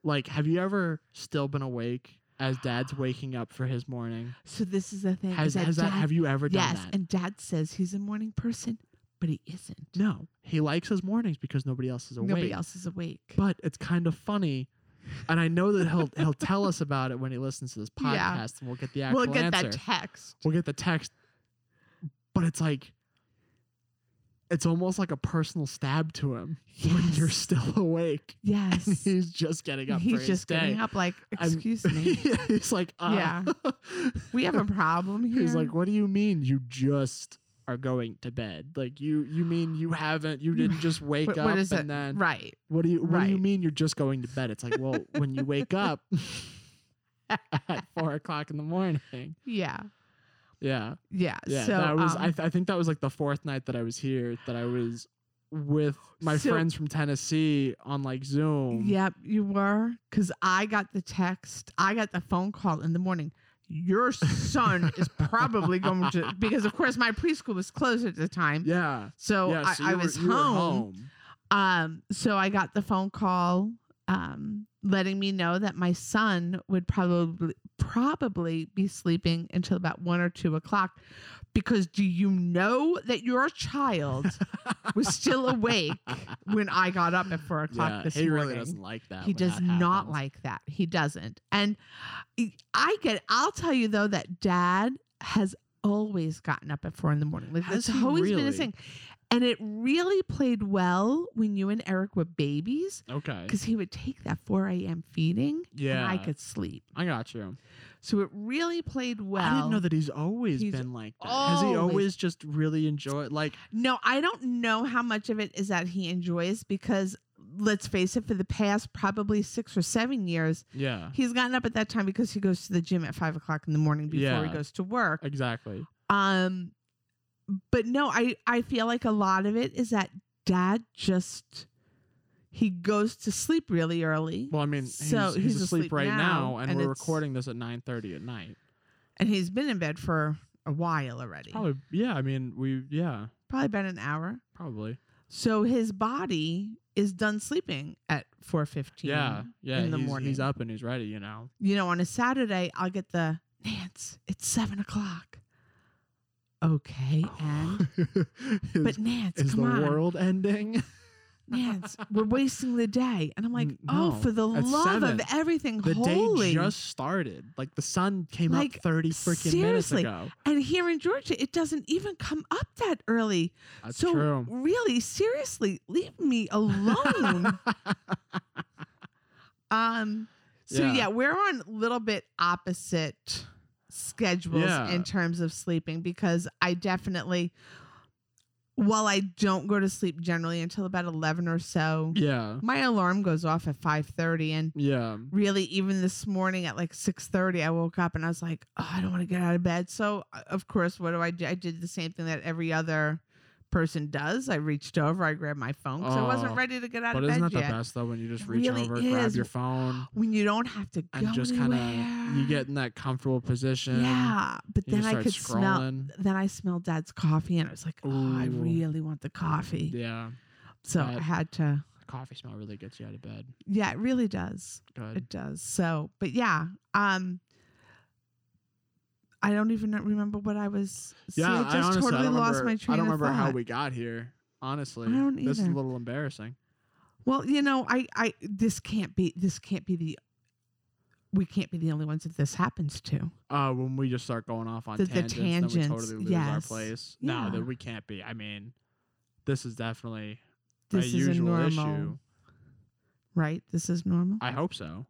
A: like have you ever still been awake as dad's waking up for his morning?
B: so this is the thing.
A: Has,
B: is that
A: has that
B: dad-
A: have you ever done
B: yes,
A: that?
B: and dad says he's a morning person, but he isn't.
A: no, he likes his mornings because nobody else is awake.
B: Nobody else is awake.
A: but it's kind of funny. And I know that he'll he'll tell us about it when he listens to this podcast,
B: *laughs* Yeah.
A: and we'll get the actual
B: we'll get
A: answer.
B: that text.
A: *laughs* we'll get the text. But it's like, it's almost like a personal stab to him when you're
B: Yes.
A: still *laughs* awake.
B: Yes.
A: And *laughs* he's just getting up. for
B: *laughs* He's
A: his
B: just
A: day. *laughs*
B: getting up like,
A: I'm- *laughs*
B: excuse me.
A: he's like, uh,
B: Yeah. We have a problem
A: *laughs*
B: here.
A: He's like, what do you mean you just are going to bed? Like you you mean you haven't you didn't
B: *laughs*
A: just wake
B: What-
A: up
B: what is
A: and
B: it?
A: then
B: Right.
A: What do you What do you
B: Right.
A: mean you're just going to bed? It's like,
B: *laughs*
A: well, when you wake up at four o'clock in the morning,
B: Yeah.
A: yeah,
B: Yeah.
A: yeah.
B: so
A: that was
B: um,
A: I, th- I think that was like the fourth night that I was here that I was with my
B: So-
A: friends from Tennessee on like Zoom.
B: Yep, you were. Because I got the text, I got the phone call in the morning. Your son
A: *laughs*
B: is probably going to, because of course my preschool was closed at the time.
A: yeah.
B: So,
A: yeah, so
B: I, I
A: you were-
B: was
A: you were
B: home. Um, so I got the phone call um, letting me know that my son would probably probably be sleeping until about one or two o'clock. Because do you know that your child
A: *laughs*
B: was still awake when I got up at four o'clock
A: Yeah,
B: this
A: he
B: morning?
A: really doesn't like that.
B: he
A: when
B: does
A: that
B: not
A: happens.
B: like that he doesn't and I- i get i'll tell you though that dad has always gotten up at four in the morning like
A: Has
B: that's
A: he
B: always been
A: really?
B: his thing and it really played well when you and eric were babies
A: Okay.
B: because he would take that 4 a.m feeding
A: Yeah.
B: and i could sleep
A: I got you.
B: so it really played well
A: I didn't know that he's always
B: he's
A: been like that. Has he
B: always-
A: always just really enjoyed like
B: no i don't know how much of it is that he enjoys because let's face it for the past probably six or seven years
A: yeah.
B: He's gotten up at that time because he goes to the gym at five o'clock in the morning before he
A: Yeah.
B: goes to work.
A: Exactly.
B: Um, but no, I I feel like a lot of it is that dad just he goes to sleep really early,
A: Well, I mean,
B: So
A: he's, he's,
B: he's
A: asleep,
B: asleep
A: right now,
B: now,
A: and,
B: and
A: we're
B: it's-
A: recording this at 9:30 at night.
B: and he's been in bed for a while already, probably,
A: Probably, yeah. I mean, we, yeah,
B: about an hour.
A: probably,
B: So his body is done sleeping at four fifteen.
A: yeah, yeah.
B: in the
A: he's, he's
B: morning.
A: up and he's ready. You know,
B: you know, on a Saturday, I'll get the Nance. It's seven o'clock. Okay, and
A: is, *sighs* *laughs*
B: but Nance,
A: is the
B: come on.
A: world ending?
B: man, s-
A: *laughs*
B: we're wasting the day. And I'm like,
A: N-
B: oh,
A: no,
B: for the
A: at
B: love
A: seven.
B: of everything
A: The
B: holy.
A: day just started. Like the sun came
B: Like,
A: up thirty freaking minutes
B: seriously,
A: ago.
B: and here in Georgia, it doesn't even come up that early.
A: That's
B: so
A: true.
B: really, seriously, leave
A: *laughs*
B: me alone. um, so
A: Yeah.
B: yeah. we're on a little bit opposite schedules
A: Yeah.
B: in terms of sleeping because I definitely while I don't go to sleep generally until about eleven or so,
A: *laughs* yeah.
B: my alarm goes off at five thirty and
A: Yeah.
B: really even this morning at like 6.30 i woke up and i was like oh, i don't want to get out of bed so uh, of course what do i do i did the same thing that every other person does i reached over i grabbed my phone because i wasn't
A: Oh,
B: ready to get out
A: But
B: of
A: isn't that
B: bed
A: the
B: yet
A: best though when you just
B: It
A: reach
B: really
A: over, grab
B: is.
A: your phone,
B: when you don't have to
A: and
B: go
A: just
B: kind
A: of you get in that comfortable position.
B: yeah but
A: You
B: then i
A: start
B: could smell
A: scrolling.
B: then i smelled dad's coffee and i was like oh i
A: Ooh.
B: really want the coffee
A: Yeah.
B: so i
A: that-
B: had to
A: Coffee smell really gets you out of bed.
B: yeah it really does
A: Good.
B: It does. So, but yeah, um I don't even remember what I was. See,
A: yeah,
B: I just
A: I honestly
B: totally
A: I don't
B: lost
A: remember,
B: my train
A: I don't
B: of
A: remember how
B: thought.
A: we got here. Honestly,
B: I don't
A: this is a
B: either.
A: little embarrassing.
B: Well, you know, I, I, this can't be, this can't be the, we can't be the only ones that this happens to.
A: Uh, when we just start going off on
B: The- the
A: tangents, then
B: tangents,
A: we totally lose our
B: yes.
A: place.
B: Yeah.
A: No, that we can't be. I mean, this is definitely
B: This
A: a
B: is a
A: usual
B: normal,
A: issue.
B: right? This is normal.
A: I hope so.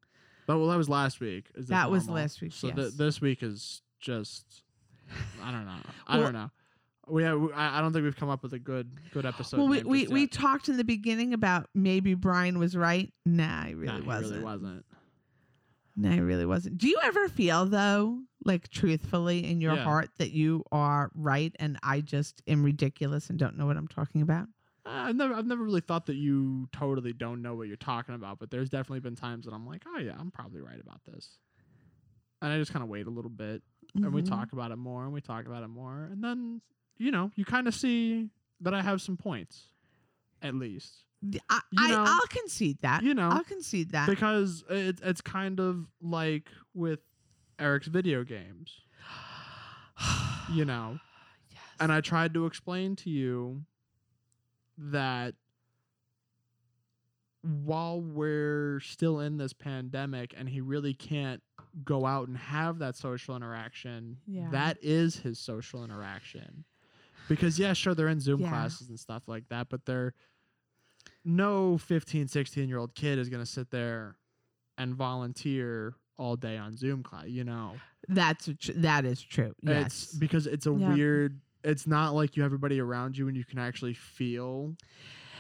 A: But well, that was last week. Is the
B: That was
A: normal.
B: last week,
A: So th-
B: yes.
A: this week is just I don't know. I
B: Well-
A: don't know. We have, I I don't think we've come up with a good good episode.
B: well, we,
A: name
B: we,
A: just
B: we
A: yet.
B: talked in the beginning about maybe Brian was right. Nah, he
A: Nah,
B: really
A: it
B: wasn't.
A: Really wasn't.
B: No, I really wasn't. Do you ever feel though, like truthfully in your
A: Yeah.
B: heart, that you are right and I just am ridiculous and don't know what I'm talking about?
A: Uh, I've never I've never really thought that you totally don't know what you're talking about, but there's definitely been times that I'm like, oh yeah, I'm probably right about this, and I just kind of wait a little bit, and we
B: Mhm.
A: talk about it more, and we talk about it more, and then you know you kind of see that I have some points, at least
B: D- I,
A: you
B: I,
A: know-
B: I'll concede that.
A: you know
B: I'll concede that. *sighs*
A: because it, it's kind of like with Eric's video games, you know.
B: yes.
A: And I tried to explain to you that while we're still in this pandemic and he really can't go out and have that social interaction,
B: Yeah.
A: that is his social interaction. Because, yeah, sure, they're in Zoom
B: Yeah.
A: classes and stuff like that, but they're no 15, 16 year old kid is going to sit there and volunteer all day on Zoom class, you know?
B: that's a tr- that is true. Yes.
A: It's because it's a
B: Yeah.
A: weird. It's not like you have everybody around you and you can actually feel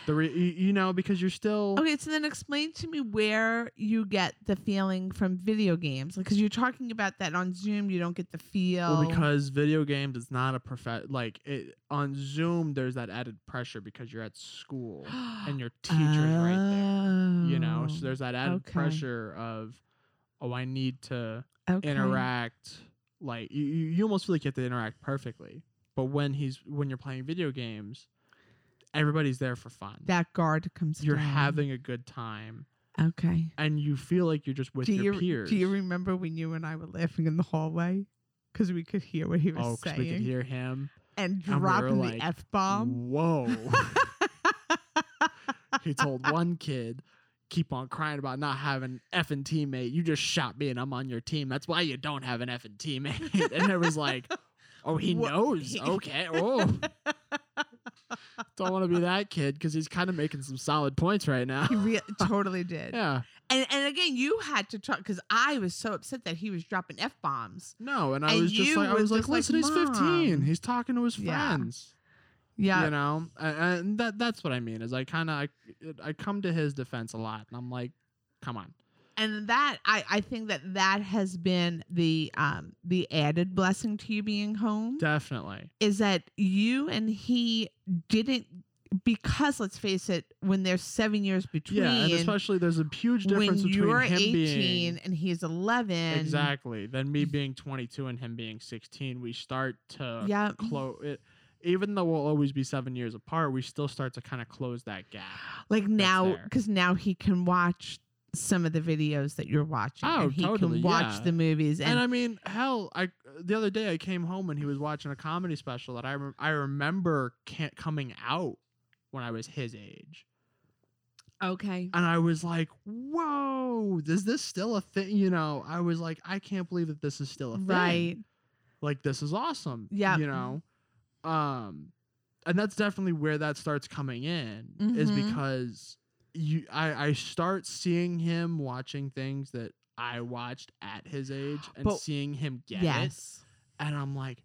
A: the re- you, you know because you're still
B: okay, so then explain to me where you get the feeling from video games, because you're talking about that on Zoom, you don't get the feel.
A: well,
B: *gasps*
A: because video games is not a perfect like it, on Zoom. There's that added pressure because you're at
B: *gasps*
A: school and your teacher's right there. You know, so
B: Oh,
A: there's that added
B: okay.
A: pressure of oh, I need to
B: Oh, okay.
A: interact. Like you, you you almost feel like you have to interact perfectly. But when he's when you're playing video games, everybody's there for fun.
B: That guard comes.
A: you're
B: down.
A: having a good time
B: okay.
A: and you feel like you're just with
B: do
A: your
B: you,
A: peers.
B: Do you remember when you and I were laughing in the hallway? Because we could hear what he was
A: oh, 'cause
B: saying um,
A: we could hear him.
B: and
A: we were
B: dropping
A: like,
B: the f bomb.
A: Whoa.
B: *laughs*
A: he told one kid, keep on crying about not having an effing teammate. You just shot me and I'm on your team. That's why you don't have an effing teammate. *laughs* and it was like, oh, he
B: Wha-
A: knows.
B: *laughs* he-
A: Okay. Oh. don't want to be that kid because he's kind of making some solid points right now.
B: He re- *laughs* totally
A: *laughs*
B: did.
A: yeah.
B: And and again, you had to talk because I was so upset that he was dropping f bombs.
A: No, and I
B: And
A: was just
B: you
A: like, I
B: were
A: was like,
B: just like,
A: listen, he's 15.
B: "Mom."
A: He's talking to his
B: Yeah.
A: friends.
B: Yeah.
A: you know A- and that that's what i mean is i kind of I, I come to his defense a lot and i'm like come on
B: And that I I think that that has been the um the added blessing to you being home.
A: definitely
B: is that you and he didn't because let's face it, when there's seven years between,
A: yeah and especially there's a huge
B: when
A: difference between
B: you're
A: him
B: 18
A: being
B: and he's 11,
A: exactly then me being 22 and him being 16 we start to
B: Yeah,
A: close it even though we'll always be seven years apart we still start to kind of close that gap
B: like now
A: there.
B: because now he can watch some of the videos that you're watching,
A: Oh,
B: and he
A: totally,
B: can watch
A: yeah.
B: the movies,
A: and,
B: and,
A: i mean hell i the other day i came home and he was watching a comedy special that i, rem I remember can't coming out when i was his age
B: Okay.
A: And I was like, whoa, is this still a thing? You know, I was like, I can't believe that this is still a thing.
B: Right.
A: Like, this is awesome.
B: Yep.
A: You know? Um, and that's definitely where that starts coming in is
B: Mhm.
A: because you I, I start seeing him watching things that I watched at his age and
B: But-
A: seeing him get it.
B: yes.
A: And I'm like,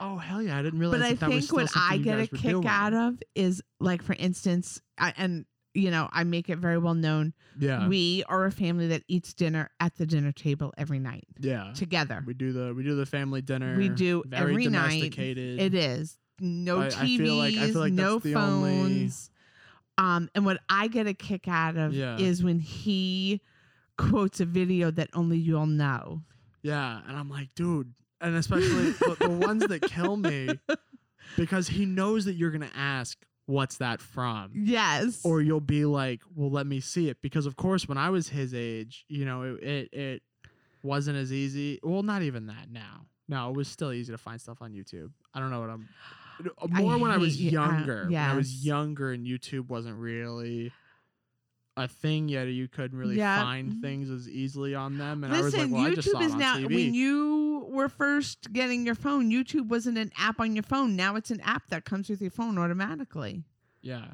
A: oh hell yeah, I didn't realize
B: But
A: that
B: I
A: that was
B: think
A: still
B: what
A: something
B: I
A: you
B: get a
A: guys were
B: kick
A: doing.
B: out of is like, for instance, I, and you know, I make it very well known.
A: Yeah.
B: We are a family that eats dinner at the dinner table every night
A: yeah.
B: together.
A: We do the we do the family dinner.
B: We do
A: very
B: every night.
A: domesticated.
B: It is no
A: I- I
B: TVs,
A: feel like- I feel like
B: no
A: that's the only-
B: phones. Um, and what I get a kick out of
A: Yeah.
B: is when he quotes a video that only you'll know.
A: Yeah, and I'm like, dude, and especially the, the ones that kill me
B: *laughs*
A: because he knows that you're gonna ask what's that from,
B: Yes.
A: or you'll be like, well, let me see it because of course when I was his age, you know, it it, it wasn't as easy. Well, not even that now. No, it was still easy to find stuff on YouTube. I don't know what I'm.
B: I
A: More when I was
B: hate- uh,
A: younger. When I
B: yes.
A: was younger and YouTube wasn't really a thing yet. You couldn't really
B: Yeah. mm-hmm.
A: find things as easily on them. And I was like,
B: Listen,
A: well, I just saw
B: YouTube
A: it
B: is
A: on
B: now.
A: TV.
B: When you were first getting your phone, YouTube wasn't an app on your phone. Now it's an app that comes with your phone automatically.
A: Yeah.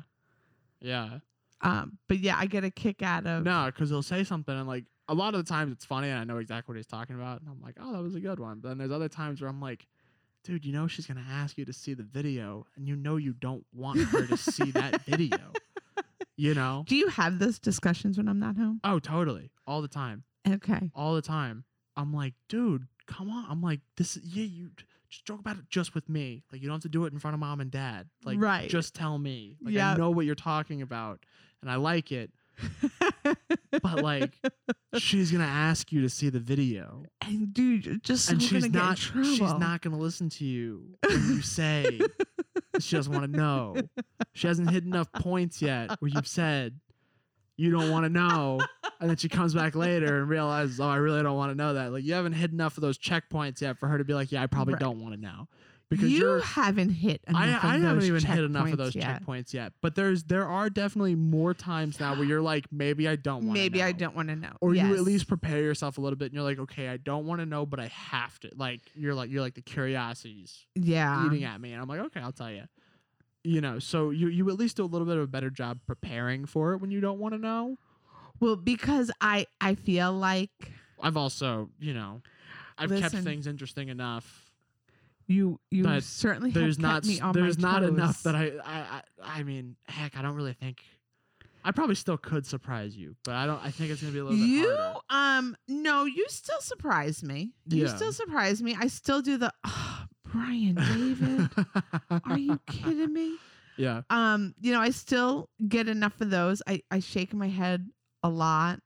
A: Yeah.
B: Um, but yeah, I get a kick out of
A: No, because he'll say something and like a lot of the times it's funny and I know exactly what he's talking about and I'm like, oh, that was a good one. But then there's other times where I'm like, dude, you know she's gonna ask you to see the video and you know you don't want her to see
B: *laughs*
A: that video. You know?
B: Do you have those discussions when I'm not home?
A: Oh, totally. All the time. *laughs*
B: Okay.
A: All the time. I'm like, dude, come on. I'm like, this is yeah, you just joke about it just with me. Like you don't have to do it in front of mom and dad. Like
B: Right.
A: just tell me. Like I
B: Yep.
A: know what you're talking about and I like it. but like she's gonna ask you to see the video
B: and dude, you're just
A: and
B: so
A: she's
B: gonna
A: not
B: get in trouble.
A: she's not gonna listen to you when you say that she doesn't want to know she hasn't hit enough points yet where you've said you don't want to know and then she comes back later and realizes oh i really don't want to know that like you haven't hit enough of those checkpoints yet for her to be like yeah i probably
B: Right.
A: don't want to know because
B: you
A: are
B: haven't hit. Enough
A: I,
B: of
A: I
B: those
A: haven't even hit enough of
B: checkpoints
A: those
B: yet.
A: checkpoints yet, but there's there are definitely more times now where you're like maybe I don't want
B: Maybe I don't want to know.
A: or you
B: Yes.
A: at least prepare yourself a little bit and you're like okay i don't want to know but i have to like you're like you're like the curiosities
B: yeah.
A: eating at me and i'm like okay i'll tell you you know so you you at least do a little bit of a better job preparing for it when you don't want to know
B: Well, because I I feel like
A: i've also you know i've
B: Listen.
A: kept things interesting enough
B: you you
A: But
B: certainly
A: there's
B: have
A: not
B: kept me
A: s-
B: on
A: there's
B: my
A: not enough
B: toes.
A: that I, I i i mean heck i don't really think i probably still could surprise you but i don't i think it's gonna be a little
B: you
A: bit harder
B: um no you still surprise me you
A: Yeah.
B: still surprise me i still do the oh, brian david are you kidding me
A: *laughs* yeah
B: um you know i still get enough of those i i shake my head a lot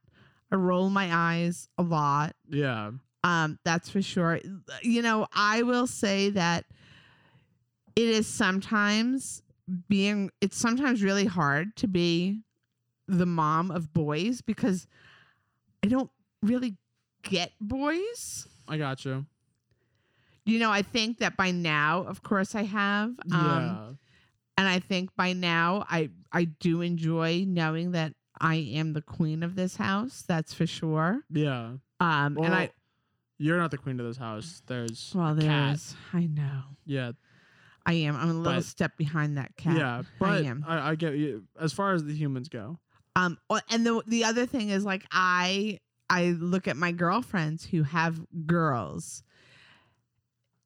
B: i roll my eyes a lot
A: yeah
B: um that's for sure you know i will say that it is sometimes being it's sometimes really hard to be the mom of boys because i don't really get boys
A: i got you
B: you know i think that by now of course i have um
A: yeah
B: and i think by now i i do enjoy knowing that i am the queen of this house that's for sure
A: yeah
B: um
A: Well,
B: and i
A: you're not the queen of this house. There's
B: well
A: cat.
B: there's i know
A: yeah,
B: I am. I'm a little
A: But-
B: step behind that cat.
A: yeah. But
B: am.
A: I, I get you. As far as the humans go,
B: Um. o- And the the other thing is like I I look at my girlfriends who have girls,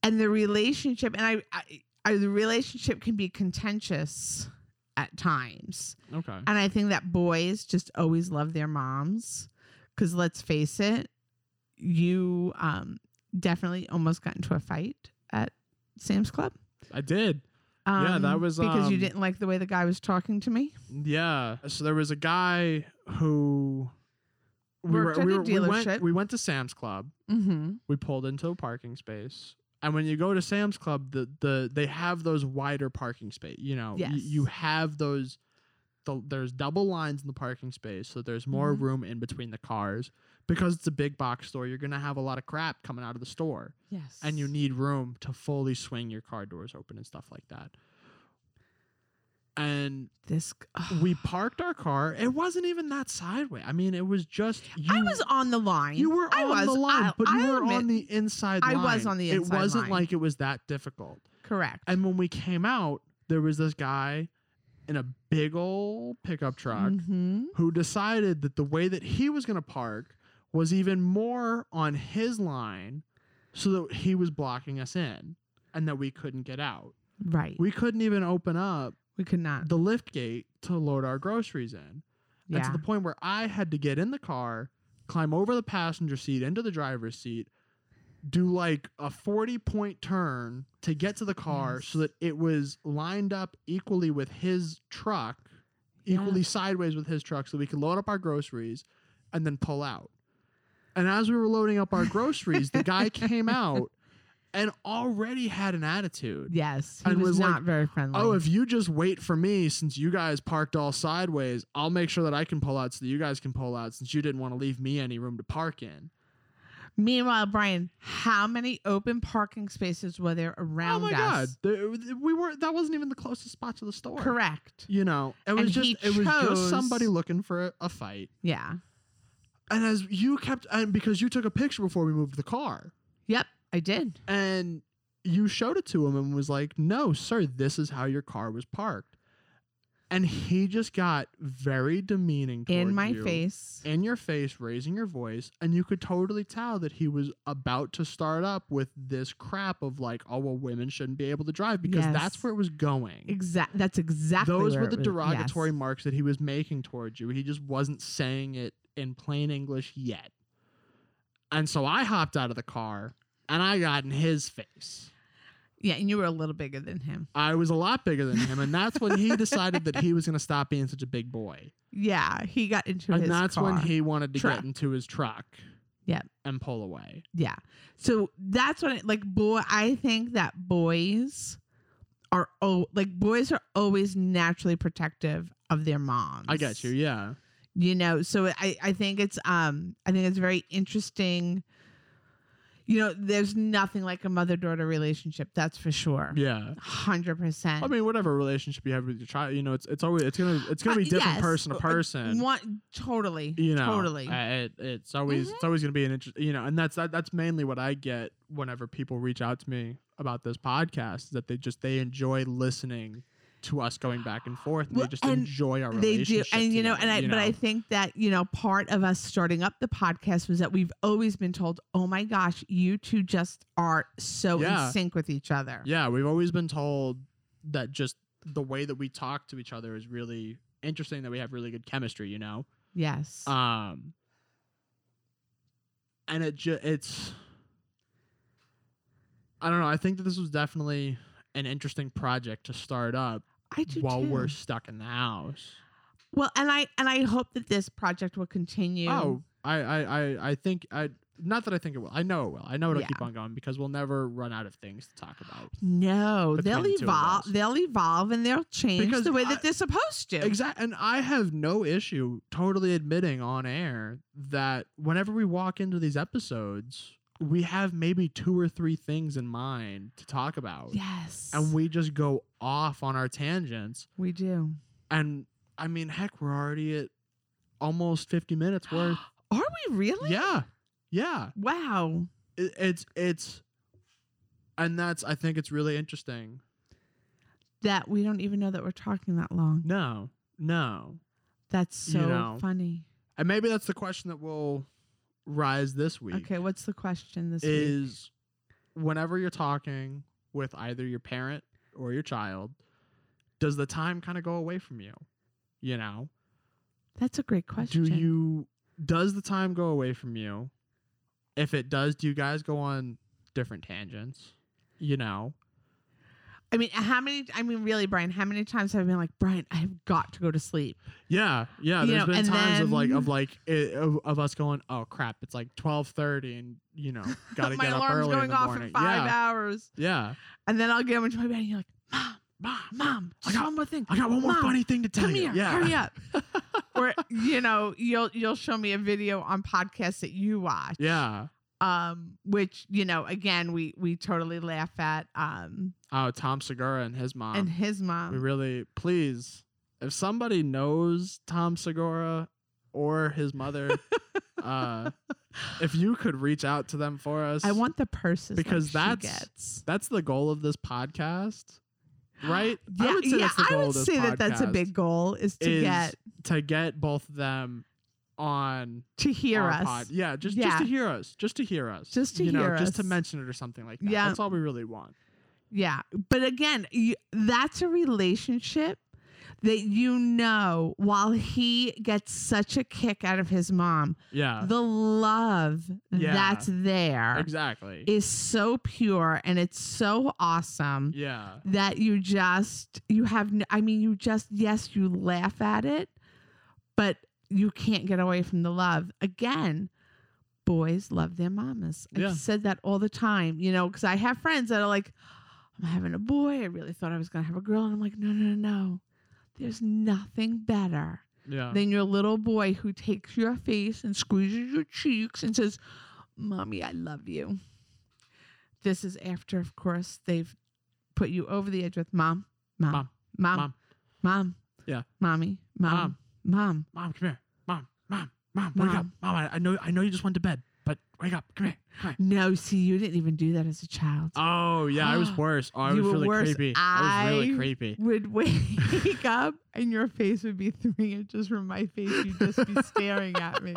B: and the relationship and I, I, I the relationship can be contentious at times,
A: okay.
B: and I think that boys just always love their moms, because let's face it, you um definitely almost got into a fight at Sam's Club.
A: I did. Yeah, that
B: um,
A: was,
B: because you
A: um,
B: didn't like the way the guy was talking to me.
A: Yeah. So there was a guy who we
B: Worked
A: were,
B: at
A: we,
B: a
A: were, we
B: dealership.
A: went we went to Sam's Club.
B: Mm-hmm.
A: We pulled into a parking space. And when you go to Sam's Club, the, the they have those wider parking space. You know, Y-
B: Yes.
A: you have those. The, there's double lines in the parking space, so there's more
B: Mhm.
A: room in between the cars. Because it's a big box store, you're gonna have a lot of crap coming out of the store.
B: Yes.
A: and you need room to fully swing your car doors open and stuff like that. and
B: This *sighs*
A: we parked our car. It wasn't even that sideway. I mean, it was just you.
B: I was on the line.
A: you were on
B: I was,
A: the line,
B: I-
A: but you
B: I
A: were
B: admit-
A: on the inside.
B: I was
A: line.
B: on the
A: It
B: inside
A: wasn't
B: line.
A: like it was that difficult.
B: correct.
A: And when we came out, there was this guy in a big old pickup truck
B: Mhm.
A: who decided that the way that he was going to park was even more on his line so that he was blocking us in and that we couldn't get out.
B: Right. We,
A: We couldn't even open up
B: could not.
A: the lift gate to load our groceries in. And
B: yeah.
A: to the point where I had to get in the car, climb over the passenger seat into the driver's seat, do like a 40 point turn to get to the car so
B: Yes.
A: that it was lined up equally with his truck, equally sideways with his truck, so we could load up our groceries and then pull out. And as we were loading up our groceries, the guy
B: *laughs*
A: came out and already had an attitude.
B: yes. He
A: and
B: was,
A: was like,
B: not very friendly.
A: Oh, if you just wait for me, since you guys parked all sideways, I'll make sure that I can pull out so that you guys can pull out since you didn't want to leave me any room to park in.
B: Meanwhile, Brian, how many open parking spaces were there around
A: oh my god,
B: us?
A: The- we were that wasn't even the closest spot to the store.
B: Correct.
A: You know, it was
B: And
A: just
B: he
A: it was just
B: chose-
A: somebody looking for a, a fight.
B: Yeah.
A: And as you kept and because you took a picture before we moved the car
B: Yep. I did.
A: and you showed it to him and was like, "No, sir, this is how your car was parked." And he just got very demeaning toward
B: In my
A: you.
B: face.
A: in your face, raising your voice, and you could totally tell that he was about to start up with this crap of like, oh well, women shouldn't be able to drive because
B: Yes.
A: that's where it was going.
B: Exact. That's exactly.
A: Those
B: where
A: were
B: it
A: the
B: was-
A: derogatory
B: yes.
A: marks that he was making towards you. He just wasn't saying it in plain English yet. And so I hopped out of the car and I got in his face.
B: Yeah, and you were a little bigger than him.
A: I was a lot bigger than him, and that's when
B: *laughs*
A: he decided that he was going to stop being such a big boy.
B: Yeah, he got into
A: And
B: his
A: that's
B: car.
A: when he wanted to
B: Truck.
A: get into his truck
B: Yep.
A: and pull away.
B: Yeah. So that's when it, like boy I think that boys are oh like boys are always naturally protective of their moms.
A: I got you. Yeah.
B: You know, so I I think it's um I think it's very interesting. You know, there's nothing like a mother daughter relationship, that's for sure.
A: Yeah.
B: Hundred percent.
A: I mean, whatever relationship you have with your child, you know, it's it's always it's gonna it's gonna be
B: Uh,
A: different
B: yes.
A: person
B: Uh,
A: to
B: uh,
A: person.
B: one totally,
A: you know,
B: totally. Mm-hmm.
A: uh, it, it's always it's always gonna be an interest. You know, and that's that, that's mainly what I get whenever people reach out to me about this podcast is that they just they enjoy listening to us going back and forth. And
B: Well,
A: they just
B: and
A: enjoy our
B: they do
A: relationship.
B: and you know
A: together,
B: and i
A: you
B: but i
A: know?
B: think that you know part of us starting up the podcast was that we've always been told oh my gosh you two just are so
A: Yeah.
B: in sync with each other
A: yeah, we've always been told that just the way that we talk to each other is really interesting. That we have really good chemistry. You know.
B: yes
A: Um, and it ju- it's I don't know. I think that this was definitely an interesting project to start up
B: i do
A: while
B: too.
A: we're stuck in the house.
B: well and i and i hope that this project will continue
A: Oh, I, I, I, I think I not that I think it will. I know it will. I know it'll
B: Yeah.
A: keep on going because we'll never run out of things to talk about.
B: no
A: Between
B: they'll
A: the two of
B: evolve
A: us.
B: they'll evolve and they'll change
A: Because
B: the way
A: I-
B: that they're supposed to
A: Exactly. And I have no issue totally admitting on air that whenever we walk into these episodes, we have maybe two or three things in mind to talk about.
B: yes
A: and we just go off on our tangents.
B: we do
A: And I mean, heck, we're already at almost 50 minutes worth.
B: *gasps* are we really
A: yeah. Yeah.
B: wow
A: It, it's, it's, and that's, I think it's really interesting.
B: that we don't even know that we're talking that long
A: No, no.
B: that's
A: You
B: so
A: know.
B: funny
A: And maybe that's the question that will rise this week.
B: Okay, what's the question this week?
A: Is whenever you're talking with either your parent or your child, does the time kind of go away from you? You know?
B: That's a great question.
A: Do you does the time go away from you? If it does, do you guys go on different tangents? You know?
B: I mean, how many? I mean, really, Brian? How many times have I been like, Brian? I have got to go to sleep.
A: Yeah, yeah.
B: You
A: There's
B: know,
A: been
B: and
A: times of like of
B: then-
A: like i of, of us going, oh crap, it's like twelve thirty, and you
B: *laughs*
A: know, gotta
B: My
A: get up
B: alarm's
A: early
B: going
A: in the
B: off
A: morning.
B: in five
A: yeah,
B: hours,
A: yeah.
B: and then I'll get into my bed, and you're like, Mom,
A: Mom,
B: Mom,
A: I
B: just
A: got-
B: one more thing.
A: I got one more
B: Mom,
A: funny thing to tell
B: Come
A: you.
B: here,
A: yeah, *laughs*
B: hurry up. or you know, you'll you'll show me a video on podcasts that you watch.
A: yeah,
B: Um, which you know, again, we we totally laugh at. Um,
A: Oh, Tom Segura and his mom.
B: and his
A: we
B: mom.
A: really please, if somebody knows Tom Segura or his
B: *laughs*
A: mother, uh, if you could reach out to them for us,
B: I want the purses like
A: because
B: she
A: that's-
B: gets.
A: that's the goal of this
B: *gasps*
A: podcast, right?
B: Yeah,
A: I would say,
B: yeah,
A: that's, the
B: I
A: goal
B: would
A: of this
B: say that that's a
A: podcast,
B: big goal is to
A: is
B: get
A: to get both of them on
B: to hear
A: our
B: us.
A: pod. Yeah, just
B: Yeah.
A: just to hear us, just to hear us,
B: Just to
A: you know,
B: hear
A: just to
B: us.
A: mention it or something like that.
B: Yeah.
A: that's all we really want.
B: Yeah. But again, you, that's a relationship that you know while he gets such a kick out of his mom,
A: Yeah,
B: the love
A: Yeah.
B: that's there is
A: exactly.
B: so pure and it's so awesome
A: yeah,
B: that you just, you have, n- I mean, you just, yes, you laugh at it, but you can't get away from the love. Again, boys love their mamas. I've
A: Yeah.
B: said that all the time, you know, because I have friends that are like, I'm having a boy. I really thought I was going to have a girl. And I'm like, no, no, no, no. There's nothing better
A: yeah,
B: than your little boy who takes your face and squeezes your cheeks and says, Mommy, I love you. This is after, of course, they've put you over the edge with mom, mom,
A: Mom,
B: mom, mom,
A: mom. Yeah.
B: mommy, mom, mom.
A: mom, come here, mom, mom, mom, wake up,
B: Mom.
A: mom. I, I know, I know you just went to bed, but wake up, come here, come here.
B: No, see, you didn't even do that as a child.
A: Oh yeah, I *gasps* was worse. Oh, I
B: You
A: was
B: were
A: really
B: worse.
A: creepy. I was really
B: I-
A: creepy.
B: would wake *laughs* up and your face would be three inches from my face. You'd just be staring at me.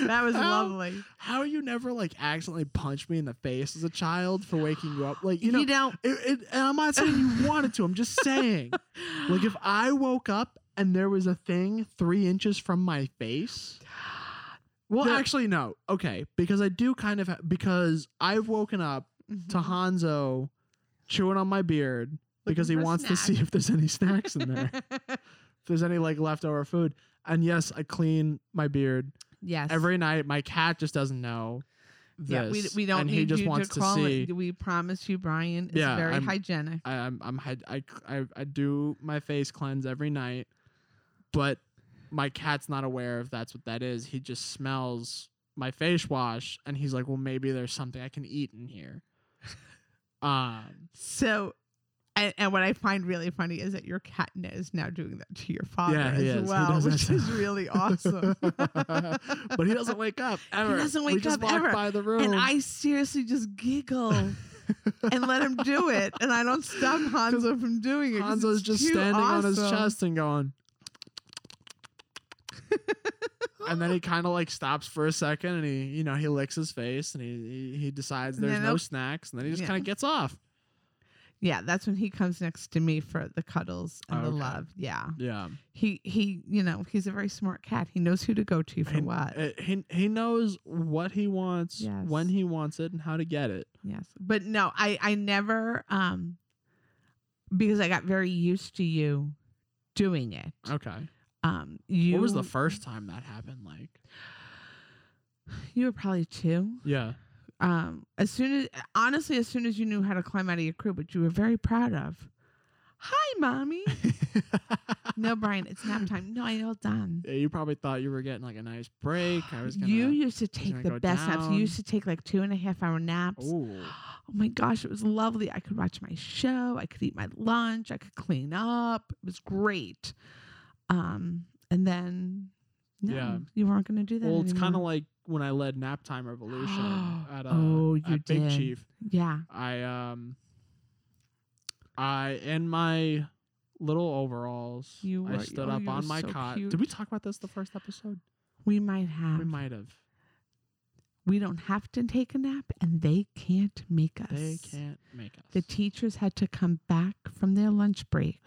B: That
A: *laughs*
B: was
A: How-
B: lovely.
A: How you never like accidentally punched me in the face as a child for waking you *gasps* up? Like you know,
B: you know
A: it, it, and I'm not saying *laughs* you wanted to. I'm just saying, like
B: *gasps*
A: if I woke up and there was a thing three inches from my face. Well,
B: There-
A: actually, no. Okay, because I do kind of ha- because I've woken up to
B: mm-hmm.
A: Hanzo chewing on my beard because he
B: Looking for
A: wants to
B: snacks.
A: see if there's any *laughs* snacks in
B: *laughs*
A: there, if there's any like leftover food. And yes, I clean my beard
B: yes.
A: every night. My cat just doesn't know. This,
B: yeah, we, we don't
A: and
B: need
A: he just
B: you
A: wants
B: to call
A: see.
B: it. We promise you, Brian, it's
A: Yeah,
B: very
A: I'm-
B: hygienic.
A: I, I'm I'm hyd- I, c- I I do my face cleanse every night, but my cat's not aware if that's what that is. He just smells my face wash and he's like, "Well, maybe there's something I can eat in
B: *laughs*
A: here." Um,
B: So, and, and what I find really funny is that your cat n- is now doing that to your father
A: Yeah,
B: as
A: he is. He
B: well,
A: does that
B: which
A: to-
B: is really awesome.
A: *laughs*
B: *laughs*
A: but he doesn't wake up ever.
B: doesn't
A: we
B: wake
A: just
B: up
A: walk
B: ever.
A: by the room.
B: And I seriously just
A: *laughs*
B: giggle and let him do it. And I don't stop Hanzo from doing it. 'cause
A: Hanzo's
B: it's
A: just
B: too
A: standing on his
B: awesome.
A: chest and going. and then he kind of like stops for a second and he, you know, he licks his face and he he, he decides
B: And
A: there's
B: then
A: no
B: he'll-
A: snacks and then he just
B: Yeah.
A: kind of gets off.
B: *gasps* Yeah, that's when he comes next to me for the cuddles and the
A: Okay.
B: love. Yeah.
A: Yeah.
B: He, he, you know, he's a very smart cat. He knows who to go to for
A: He,
B: what.
A: uh, he he knows what he wants,
B: Yes.
A: when he wants it and how to get it.
B: Yes. But no, I I never um because I got very used to you doing it.
A: Okay.
B: Um you
A: Uh, What was the first time that happened like?
B: you were probably 2. *laughs*
A: Yeah.
B: Um as soon as honestly as soon as you knew how to climb out of your crib, which you were very proud of.
A: *laughs*
B: Hi, mommy. no, Brian, it's nap time. No, I all done.
A: Yeah, You probably thought you were getting like a nice break. I was gonna.
B: you used to
A: gonna
B: take the
A: go
B: best naps. You
A: down.
B: used to take like two and a half hour naps.
A: Ooh.
B: Oh my gosh, it was lovely. I could watch my show, I could eat my lunch, I could clean up. It was great. Um, and then no,
A: Yeah.
B: you weren't gonna do that.
A: Well, it's kind of
B: anymore.
A: like when I led Naptime
B: *gasps*
A: Revolution at uh,
B: Oh, you
A: at Big
B: did.
A: Chief.
B: yeah,
A: I um, I in my little overalls,
B: You
A: I
B: were-
A: stood
B: oh,
A: up
B: you were
A: on my
B: so
A: cot. Did
B: cute. Mm.
A: we talk about this the first episode?
B: we might have.
A: We might have.
B: We don't have to take a nap, and they can't make us.
A: They can't make us.
B: The teachers had to come back from their lunch
A: *laughs*
B: break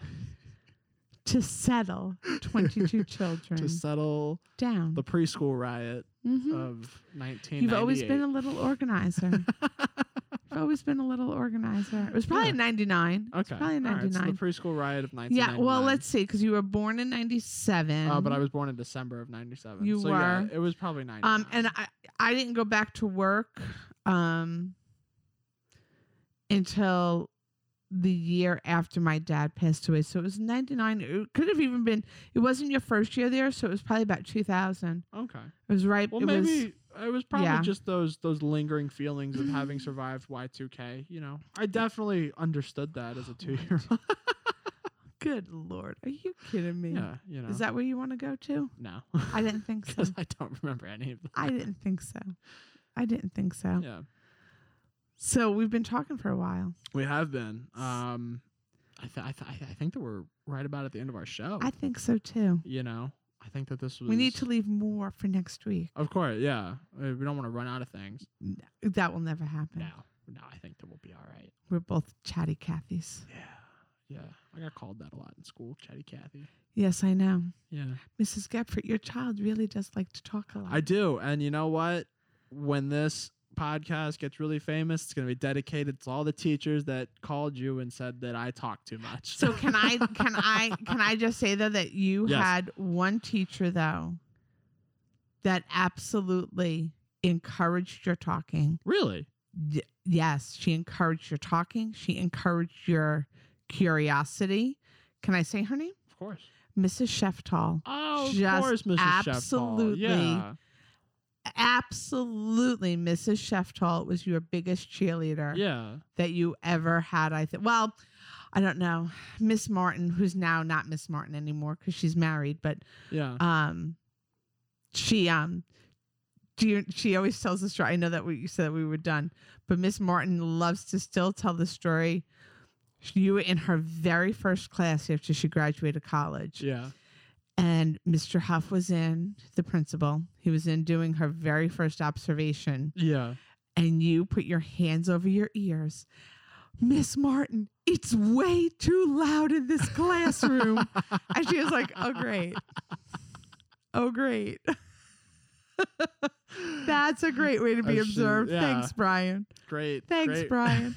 B: to settle twenty-two children
A: to settle
B: down.
A: the preschool riot
B: Mhm.
A: of 1998.
B: You've always been a
A: *laughs*
B: little organizer. You've always been a little organizer. It was probably
A: Yeah. Oh,
B: ninety-nine.
A: okay.
B: probably
A: all right, so
B: 99.
A: the preschool riot of 1999.
B: Yeah, well, let's see, because you were born in '97.
A: Uh, but I was born in December of 97.
B: You
A: so yeah,
B: were.
A: it was probably 99.
B: um, and I I didn't go back to work um until the year after my dad passed away. So it was '99. It could have even been. It wasn't your first year there, so it was probably about 2000.
A: okay.
B: It was right.
A: Well,
B: it was
A: maybe it was probably
B: Yeah.
A: just those those lingering feelings of having survived Y2K. You know, I definitely understood that as a two
B: *laughs*
A: year old.
B: Good lord, are you kidding me?
A: yeah, you know.
B: Is that where you want to go to?
A: no?
B: I didn't think
A: *laughs*
B: so.
A: because I don't remember any of that.
B: I didn't think so. I didn't think so.
A: Yeah,
B: So we've been talking for a while.
A: we have been. Um, I th- I, th- I think that we're right about at the end of our show.
B: I think so too.
A: you know, I think that this was.
B: We need to leave more for next week.
A: Of course, yeah. Uh, We don't want to run out of things.
B: That will never happen.
A: No, no. I think that we'll be all right.
B: We're both chatty Cathys.
A: Yeah, yeah. I got called that a lot in school, Chatty Cathy.
B: Yes, I know.
A: Yeah.
B: Mrs. Gepford, your child really does like to talk a lot.
A: I do. And you know what? When this podcast gets really famous, it's going to be dedicated to all the teachers that called you and said that I talk too much. *laughs*
B: So can I can I can I just say though that you
A: Yes.
B: had one teacher though that absolutely encouraged your talking.
A: really?
B: Y- yes, she encouraged your talking. She encouraged your curiosity. Can I say her name?
A: Of course.
B: Mrs. Sheftal.
A: Oh, of
B: Just
A: course, Mrs. Sheff Paul.
B: absolutely
A: Yeah.
B: Absolutely, Mrs. Sheftal was your biggest cheerleader.
A: Yeah.
B: that you ever had. I think. Well, I don't know, Miss Martin, who's now not Miss Martin anymore because she's married, but
A: Yeah.
B: um, she um, do you, she always tells the story. I know that we you said that we were done, but Miss Martin loves to still tell the story. You were in her very first class after she graduated college,
A: Yeah.
B: and Mr. Huff was in the principal. He was in doing her very first observation
A: Yeah.
B: and you put your hands over your ears. Miss Martin, it's way too loud in this
A: *laughs*
B: classroom. and she was like, oh, great. Oh, great. *laughs* That's a great way to be
A: Oh, she-
B: observed.
A: yeah.
B: Thanks, Brian.
A: Great.
B: Thanks,
A: great.
B: Brian.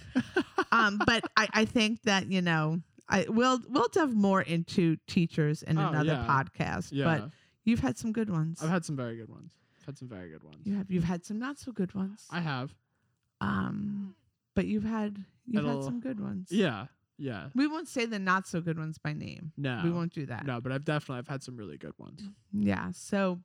B: um, but I, I think that, you know, I we'll we'll delve more into teachers in
A: Oh,
B: another
A: yeah.
B: podcast.
A: *laughs* Yeah.
B: But you've had some good ones.
A: I've had some very good ones. I've had some very good ones.
B: you have you've had some not so good ones.
A: I have.
B: Um, but you've had you've had
A: It'll-
B: some good ones.
A: Yeah. Yeah.
B: We won't say the not so good ones by name.
A: No.
B: We won't do that.
A: No, but I've definitely I've had some really good ones.
B: Yeah. So,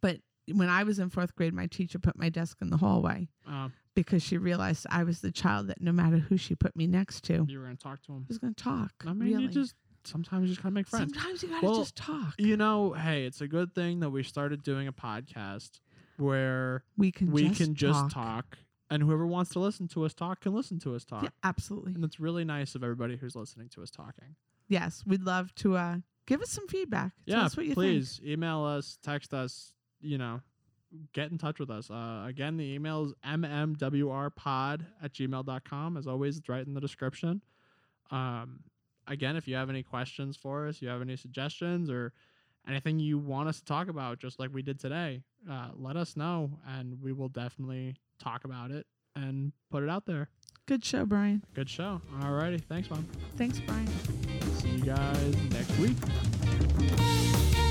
B: but when I was in fourth grade, my teacher put my desk in the hallway
A: Um,
B: because she realized I was the child that no matter who she put me next to, I
A: you were gonna talk to him.
B: was going to talk.
A: I mean,
B: really.
A: you just sometimes you just gotta make friends.
B: Sometimes you got to
A: Well,
B: just talk.
A: You know, hey, it's a good thing that we started doing a podcast where
B: we can
A: we
B: just
A: can just talk.
B: talk.
A: and whoever wants to listen to us talk can listen to us talk.
B: Yeah, absolutely.
A: And it's really nice of everybody who's listening to us talking.
B: Yes. We'd love to uh, give us some feedback. Tell
A: yeah,
B: us what you
A: please email us, text us, you know, get in touch with us. Uh, again, the email is mmwrpod at gmail.com. As always, it's right in the description. Um, again, if you have any questions for us, you have any suggestions or anything you want us to talk about, just like we did today, uh, let us know and we will definitely talk about it and put it out there.
B: think. Good show, Brian.
A: Good show. Alrighty. Thanks, Mom.
B: Thanks, Brian.
A: See you guys next week.